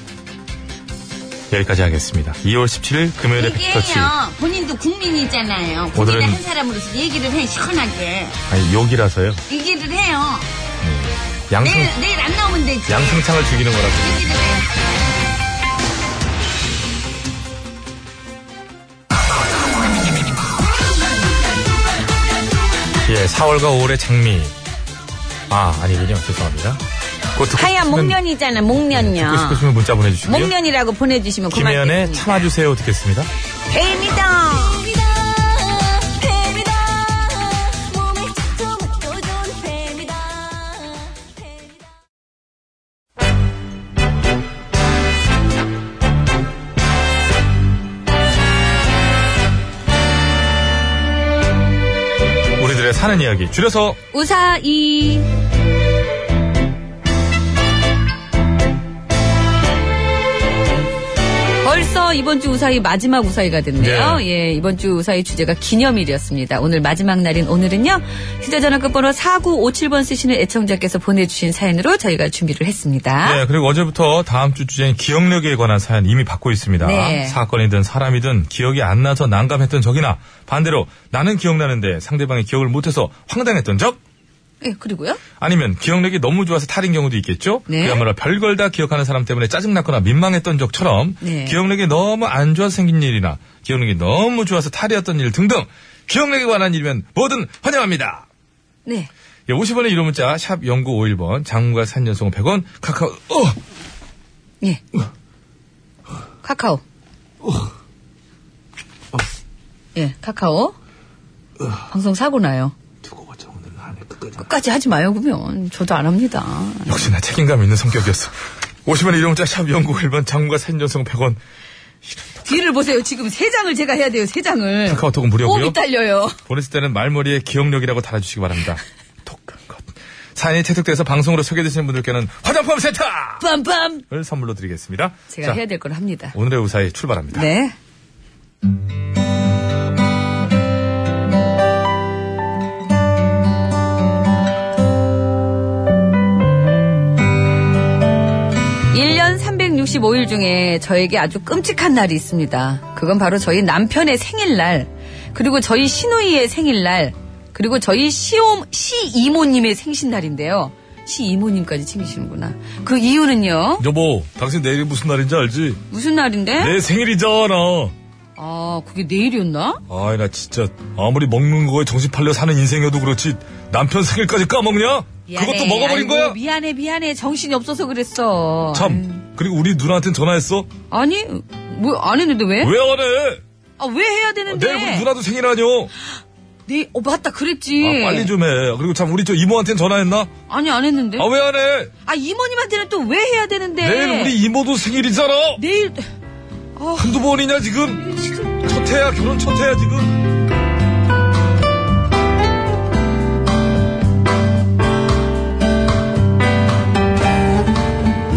여기까지 하겠습니다. 2월 17일 금요일에 빅터치. 얘기해요. 본인도 국민이잖아요. 국민의 네, 오늘은- 한 사람으로서 얘기를 해, 시원하게. 아니, 욕이라서요. 얘기를 해요. 양승, 내일, 내일 안 나오면 되지. 양승창을 죽이는 거라고. 얘기를 해. 예, 4월과 5월의 장미. 아, 아니군요. 죄송합니다. 그거 듣고 하얀 싶으면- 예, 목련이잖아, 네, 듣고 목련요. 싶으시면 문자 보내주시고요. 목련이라고 보내주시면 김혜연의 고맙겠습니다. 참아주세요 듣겠습니다. 베이비다. 뱀이다 몸에 착도 맛도 좋은 뱀이다 뱀이다 우리들의 사는 이야기 줄여서 우사이 벌써 이번 주 우사히 마지막 우사히가 됐네요. 예, 이번 주 우사히 주제가 기념일이었습니다. 오늘 마지막 날인 오늘은요. 휴대전화 끝번호 4957번 쓰시는 애청자께서 보내주신 사연으로 저희가 준비를 했습니다. 네, 그리고 어제부터 다음 주 주제인 기억력에 관한 사연 이미 받고 있습니다. 네. 사건이든 사람이든 기억이 안 나서 난감했던 적이나 반대로 나는 기억나는데 상대방이 기억을 못해서 황당했던 적 예, 그리고요. 아니면 기억력이 너무 좋아서 탈인 경우도 있겠죠. 네. 그야말로 별걸 다 기억하는 사람 때문에 짜증났거나 민망했던 적처럼 네. 기억력이 너무 안 좋아서 생긴 일이나 기억력이 너무 좋아서 탈이었던 일 등등 기억력에 관한 일이면 뭐든 환영합니다. 네. 예, 50원의 유료 문자 샵 0951번 장과 산연송 100원 카카오 어! 예. 카카오. 어. 예, 카카오. 방송 사고 나요. 두고 보자, 오늘 안에 끝까지. 끝까지 하지 마요, 그러면. 저도 안 합니다. 역시나 책임감 있는 성격이었어. 50원의 유료 문자 샵 0951번 장과 산연송 100원 뒤를 보세요. 지금 세 장을 제가 해야 돼요, 세 장을. 카카오톡은 무료고요. 몸이 딸려요. 보냈을 때는 말머리에 기억력이라고 달아주시기 바랍니다. 독한 것. 사연이 채택돼서 방송으로 소개되시는 분들께는 화장품 세트를 빰빰! 선물로 드리겠습니다. 제가 자, 해야 될 걸 합니다. 오늘의 우사히 출발합니다. 네. 일년 365일 중에 저에게 아주 끔찍한 날이 있습니다. 그건 바로 저희 남편의 생일날, 그리고 저희 시누이의 생일날, 그리고 저희 시옴, 시이모님의 생신날인데요. 시이모님까지 챙기시는구나. 그 이유는요? 여보, 당신 내일이 무슨 날인지 알지? 무슨 날인데? 내 생일이잖아. 아, 그게 내일이었나? 아이, 나 진짜 아무리 먹는 거에 정신 팔려 사는 인생이어도 그렇지 남편 생일까지 까먹냐? 그것도 먹어버린 아이고, 거야? 미안해, 미안해. 정신이 없어서 그랬어. 음. 참, 그리고 우리 누나한테는 전화했어? 아니, 뭐 안 했는데 왜? 왜 안 해? 아, 왜 해야 되는데? 내일 우리 누나도 생일 아니오? 네, 어, 맞다, 그랬지. 아, 빨리 좀 해. 그리고 참, 우리 저 이모한테는 전화했나? 아니, 안 했는데. 아, 왜 안 해? 아, 이모님한테는 또 왜 해야 되는데? 내일 우리 이모도 생일이잖아. 내일, 한두 번이냐 지금? 첫 해야 결혼 첫 해야 지금.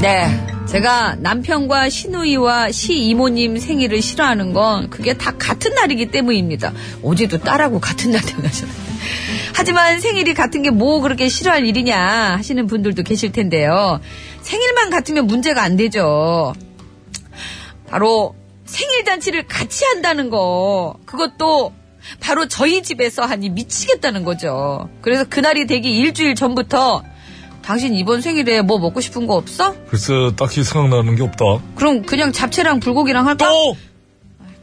네. 제가 남편과 시누이와 시이모님 생일을 싫어하는 건 그게 다 같은 날이기 때문입니다. 어제도 딸하고 같은 날 태어나셨는데. 하지만 생일이 같은 게 뭐 그렇게 싫어할 일이냐 하시는 분들도 계실 텐데요. 생일만 같으면 문제가 안 되죠. 바로 생일 잔치를 같이 한다는 거. 그것도 바로 저희 집에서 하니 미치겠다는 거죠. 그래서 그날이 되기 일주일 전부터 당신 이번 생일에 뭐 먹고 싶은 거 없어? 글쎄 딱히 생각나는 게 없다. 그럼 그냥 잡채랑 불고기랑 할까? 또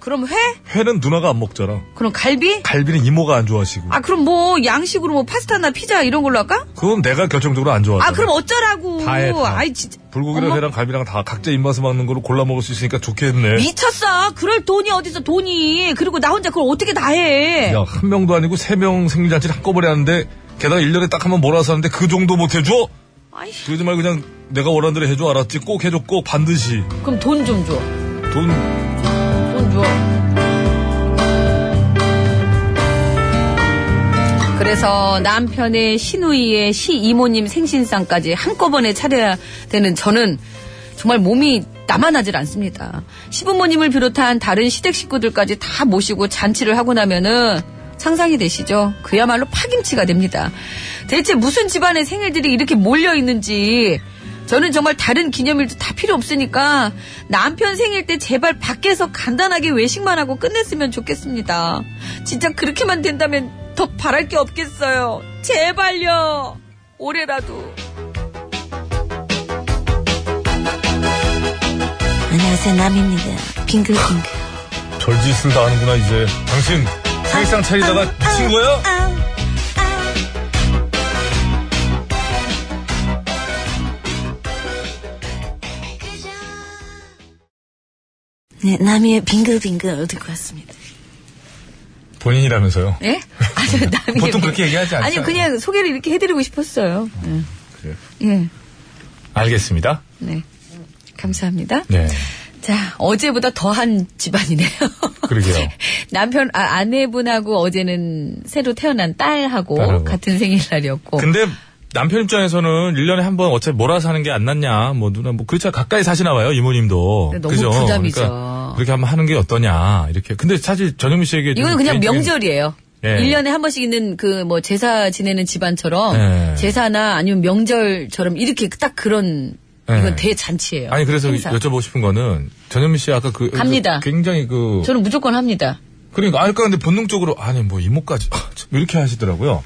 그럼 회? 회는 누나가 안 먹잖아. 그럼 갈비? 갈비는 이모가 안 좋아하시고. 아 그럼 뭐 양식으로 뭐 파스타나 피자 이런 걸로 할까? 그건 내가 결정적으로 안 좋아하잖아. 아 그럼 어쩌라고? 다 해, 다. 아이 진짜 불고기랑 어머. 회랑 갈비랑 다 각자 입맛에 맞는 거로 골라 먹을 수 있으니까 좋겠네. 미쳤어. 그럴 돈이 어디서 돈이? 그리고 나 혼자 그걸 어떻게 다 해? 야, 한 명도 아니고 세 명 생일 잔치를 한꺼번에 하는데 게다가 1년에 딱 한 번 몰아서 하는데 그 정도 못 해줘? 아이 그러지 말고 그냥 내가 원하는 대로 해줘 알았지? 꼭 해줘 꼭 반드시. 그럼 돈 좀 줘. 돈 돈 줘. 그래서 남편의 시누이의 시이모님 생신상까지 한꺼번에 차려야 되는 저는 정말 몸이 남아나질 않습니다. 시부모님을 비롯한 다른 시댁 식구들까지 다 모시고 잔치를 하고 나면은 상상이 되시죠? 그야말로 파김치가 됩니다. 대체 무슨 집안의 생일들이 이렇게 몰려 있는지 저는 정말 다른 기념일도 다 필요 없으니까 남편 생일 때 제발 밖에서 간단하게 외식만 하고 끝냈으면 좋겠습니다. 진짜 그렇게만 된다면 더 바랄 게 없겠어요. 제발요. 올해라도. 안녕하세요 남입니다 빙글빙글 별짓을 다 하는구나 이제 당신 세상 아, 차리다가 미친 거야? 네, 남이의 빙글빙글 듣고 왔습니다. 본인이라면서요 예? 아니, 남이 보통 그렇게 얘기하지 않죠? 아니, 그냥 소개를 이렇게 해드리고 싶었어요. 그래요? 예. 예. 알겠습니다 네. 감사합니다. 네 자, 어제보다 더한 집안이네요. 그러게요. 남편, 아, 아내분하고 어제는 새로 태어난 딸하고 딸하고. 같은 생일날이었고. 근데 남편 입장에서는 1년에 한 번 어차피 몰아서 하는 게 안 낫냐 뭐 누나 뭐 그렇죠 가까이 사시나 봐요 이모님도 네, 너무 그죠? 부담이죠. 그러니까 이렇게 한번 하는 게 어떠냐 이렇게. 근데 사실 전영미 씨에게 좀 이거는 그냥 개인적인- 명절이에요. 예. 일년에한 번씩 있는 그 뭐 제사 지내는 집안처럼 예. 제사나 아니면 명절처럼 이렇게 딱 그런 예. 이건 대잔치예요. 아니 그래서 행사. 여쭤보고 싶은 거는 전현미 씨 아까 그 갑니다. 굉장히 그 저는 무조건 합니다. 그러니까 아까 근데 본능적으로 아니 뭐 이모까지 이렇게 하시더라고요.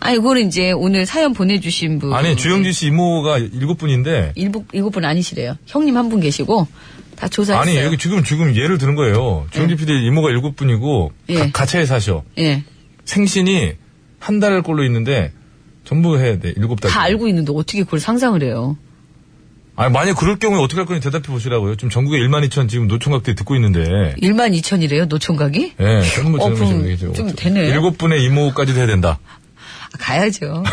아니 그거는 이제 오늘 사연 보내주신 분 아니 주영진 씨 이모가 일곱 분인데 일부 일곱 분 아니시래요. 형님 한 분 계시고 다 조사했어요. 아니 여기 지금 지금 예를 드는 거예요. 주영진 PD 이모가 일곱 분이고 예. 가- 가차에 사셔. 예. 생신이 한 달 꼴로 있는데 전부 해야 돼 일곱 달. 다 알고 있는데 어떻게 그걸 상상을 해요? 아니 만약 그럴 경우에 어떻게 할 거니 대답해 보시라고요. 지금 전국에 1만 2천 지금 노총각들이 듣고 있는데. 1만 2천이래요, 노총각이? 예, 전부 어, 전부 그럼 지금 얘기죠. 좀 되네. 일곱 분의 이모까지도 해야 된다. 아, 가야죠.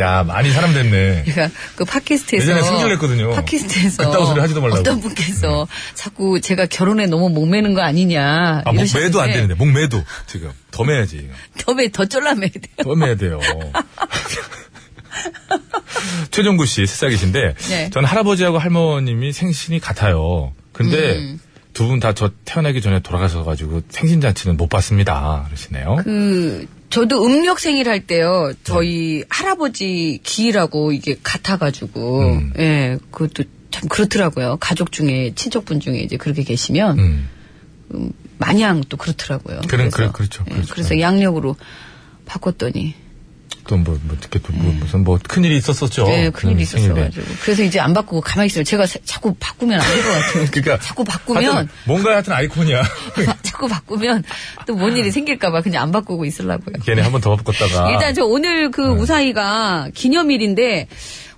야 많이 사람 됐네. 제가 그 팟캐스트에서 예전에 승질 냈거든요. 팟캐스트에서 그딴 소리 하지도 말라고. 어떤 분께서 자꾸 제가 결혼에 너무 목매는 거 아니냐 아, 목매도 안 이러셨는데 되는데, 목매도. 지금. 더 매야지. 더, 매- 더 쫄라매야 돼요. 더 매야 돼요. 최종구 씨, 새싹이신데, 네. 전 할아버지하고 할머님이 생신이 같아요. 근데 음. 두 분 다 저 태어나기 전에 돌아가셔가지고 생신잔치는 못 봤습니다. 그러시네요. 그 저도 음력 생일 할 때요. 저희 할아버지 기일하고 이게 같아가지고 음. 예 그것도 참 그렇더라고요. 가족 중에 친척분 중에 이제 그렇게 계시면 음. 마냥 또 그렇더라고요. 그런- 그런- 그렇죠, 예, 그렇죠. 그래서 양력으로 바꿨더니 또 뭐, 뭐, 이렇게 또 뭐, 무슨 뭐 큰일이 있었었죠. 예, 네. 큰일이 음, 생일에. 있었어가지고. 그래서 이제 안 바꾸고 가만히 있어요. 제가 사- 자꾸 바꾸면 안 될 것 같아요. 그러니까 자꾸 바꾸면, 하여튼 뭔가 하여튼 아이콘이야. 바- 자꾸 바꾸면 또 뭔 일이 생길까봐 그냥 안 바꾸고 있으려고요. 걔네 한 번 더 바꿨다가. 일단 저 오늘 그 네. 우사이가 기념일인데,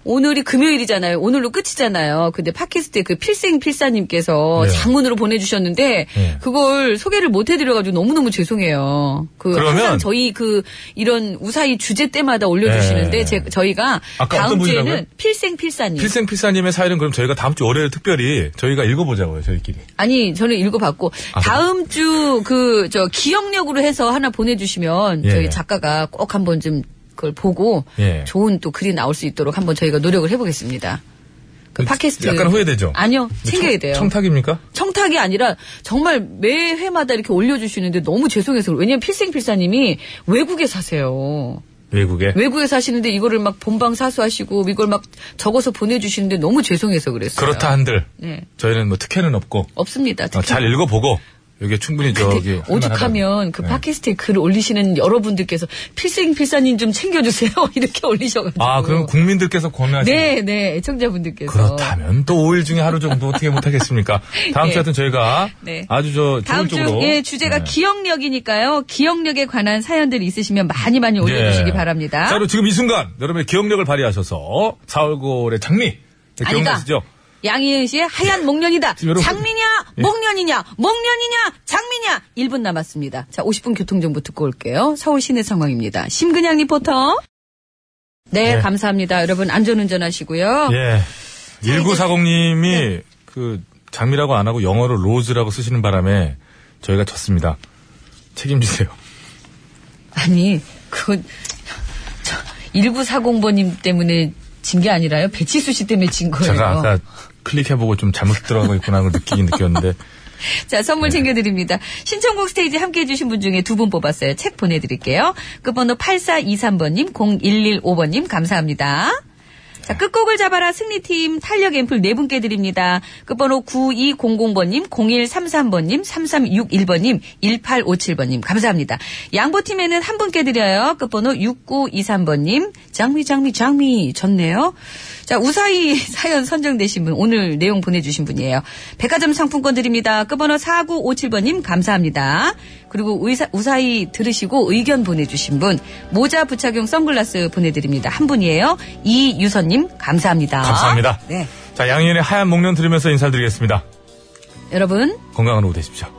오늘이 금요일이잖아요. 오늘로 끝이잖아요. 근데 팟캐스트에 그 필생필사님께서 네. 장문으로 보내주셨는데, 네. 그걸 소개를 못 해드려가지고 너무너무 죄송해요. 그, 그러면- 항상 저희 그, 이런 우사이 주제 때마다 올려주시는데, 네. 제- 저희가 아까 다음 어떤 주에는 분이라고요? 필생필사님. 필생필사님의 사연은 그럼 저희가 다음 주 월요일 특별히 저희가 읽어보자고요, 저희끼리. 아니 저는 읽어봤고 아, 다음 주 그 저 기억력으로 해서 하나 보내주시면 예. 저희 작가가 꼭 한번 좀 그걸 보고 예. 좋은 또 글이 나올 수 있도록 한번 저희가 노력을 해보겠습니다. 그 팟캐스트 약간 후회되죠? 그 아니요 챙겨야 청- 돼요. 청탁입니까? 청탁. 이 아니라 정말 매 회마다 이렇게 올려주시는데 너무 죄송해서 그래요. 왜냐면 필생필사님이 외국에 사세요. 외국에. 외국에 사시는데 이거를 막 본방 사수하시고 이걸 막 적어서 보내주시는데 너무 죄송해서 그랬어요. 그렇다 한들 네 저희는 뭐 특혜는 없고 없습니다. 어, 특히 잘 읽어보고 여기 충분히 저기 뭐. 네. 근데 할 오죽하면 그 만하다고. 팟캐스트에 글 올리시는 여러분들께서 필생 필사님 좀 챙겨주세요 이렇게 올리셔가지고 네. 아 그럼 국민들께서 권하시는 뭐 네네 애청자분들께서 그렇다면 또 5일 중에 하루 정도 어떻게 못하겠습니까? 다음 예. 주 하여튼 저희가 네. 아주 저 다음 좋은 쪽으로 주예 주제가 네. 기억력이니까요 기억력에 관한 사연들이 있으시면 많이 많이 올려주시기 예. 바랍니다. 자, 그리고 지금 이 순간 여러분의 기억력을 발휘하셔서 4월골의 장미 네, 기억나시죠? 어. 양희은 씨의 하얀 목련이다. 지금 여러분- 장미냐, 예. 목련이냐, 목련이냐, 장미냐. 1분 남았습니다. 자, 50분 교통정보 듣고 올게요. 서울 시내 상황입니다. 심근양 리포터. 네, 예. 감사합니다. 여러분, 안전운전 하시고요. 예. 1940님이 네. 그 장미라고 안 하고 영어로 로즈라고 쓰시는 바람에 저희가 졌습니다. 책임지세요. 아니, 그건, 저, 1940번님 때문에 진 게 아니라요. 배치수 씨 때문에 진 거예요. 제가 아까 클릭해보고 좀 잘못 들어가고 있구나 하고 느끼긴 느꼈는데 자, 선물 챙겨드립니다. 신청곡 스테이지 함께 해주신 분 중에 두 분 뽑았어요. 책 보내드릴게요. 끝번호 8423번님, 0115번님, 감사합니다. 자, 끝곡을 잡아라 승리팀 탄력 앰플 네 분께 드립니다. 끝번호 9200번님, 0133번님, 3361번님, 1857번님, 감사합니다. 양보팀에는 한 분께 드려요. 끝번호 6923번님, 장미, 장미, 장미, 졌네요. 자, 우사히 사연 선정되신 분, 오늘 내용 보내주신 분이에요. 백화점 상품권 드립니다. 끝번호 4957번님, 감사합니다. 그리고 의사- 우사히 들으시고 의견 보내주신 분, 모자 부착용 선글라스 보내드립니다. 한 분이에요. 이유선님, 감사합니다. 감사합니다. 네. 자, 양희은의 하얀 목련 들으면서 인사드리겠습니다. 여러분, 건강한 오후 되십시오.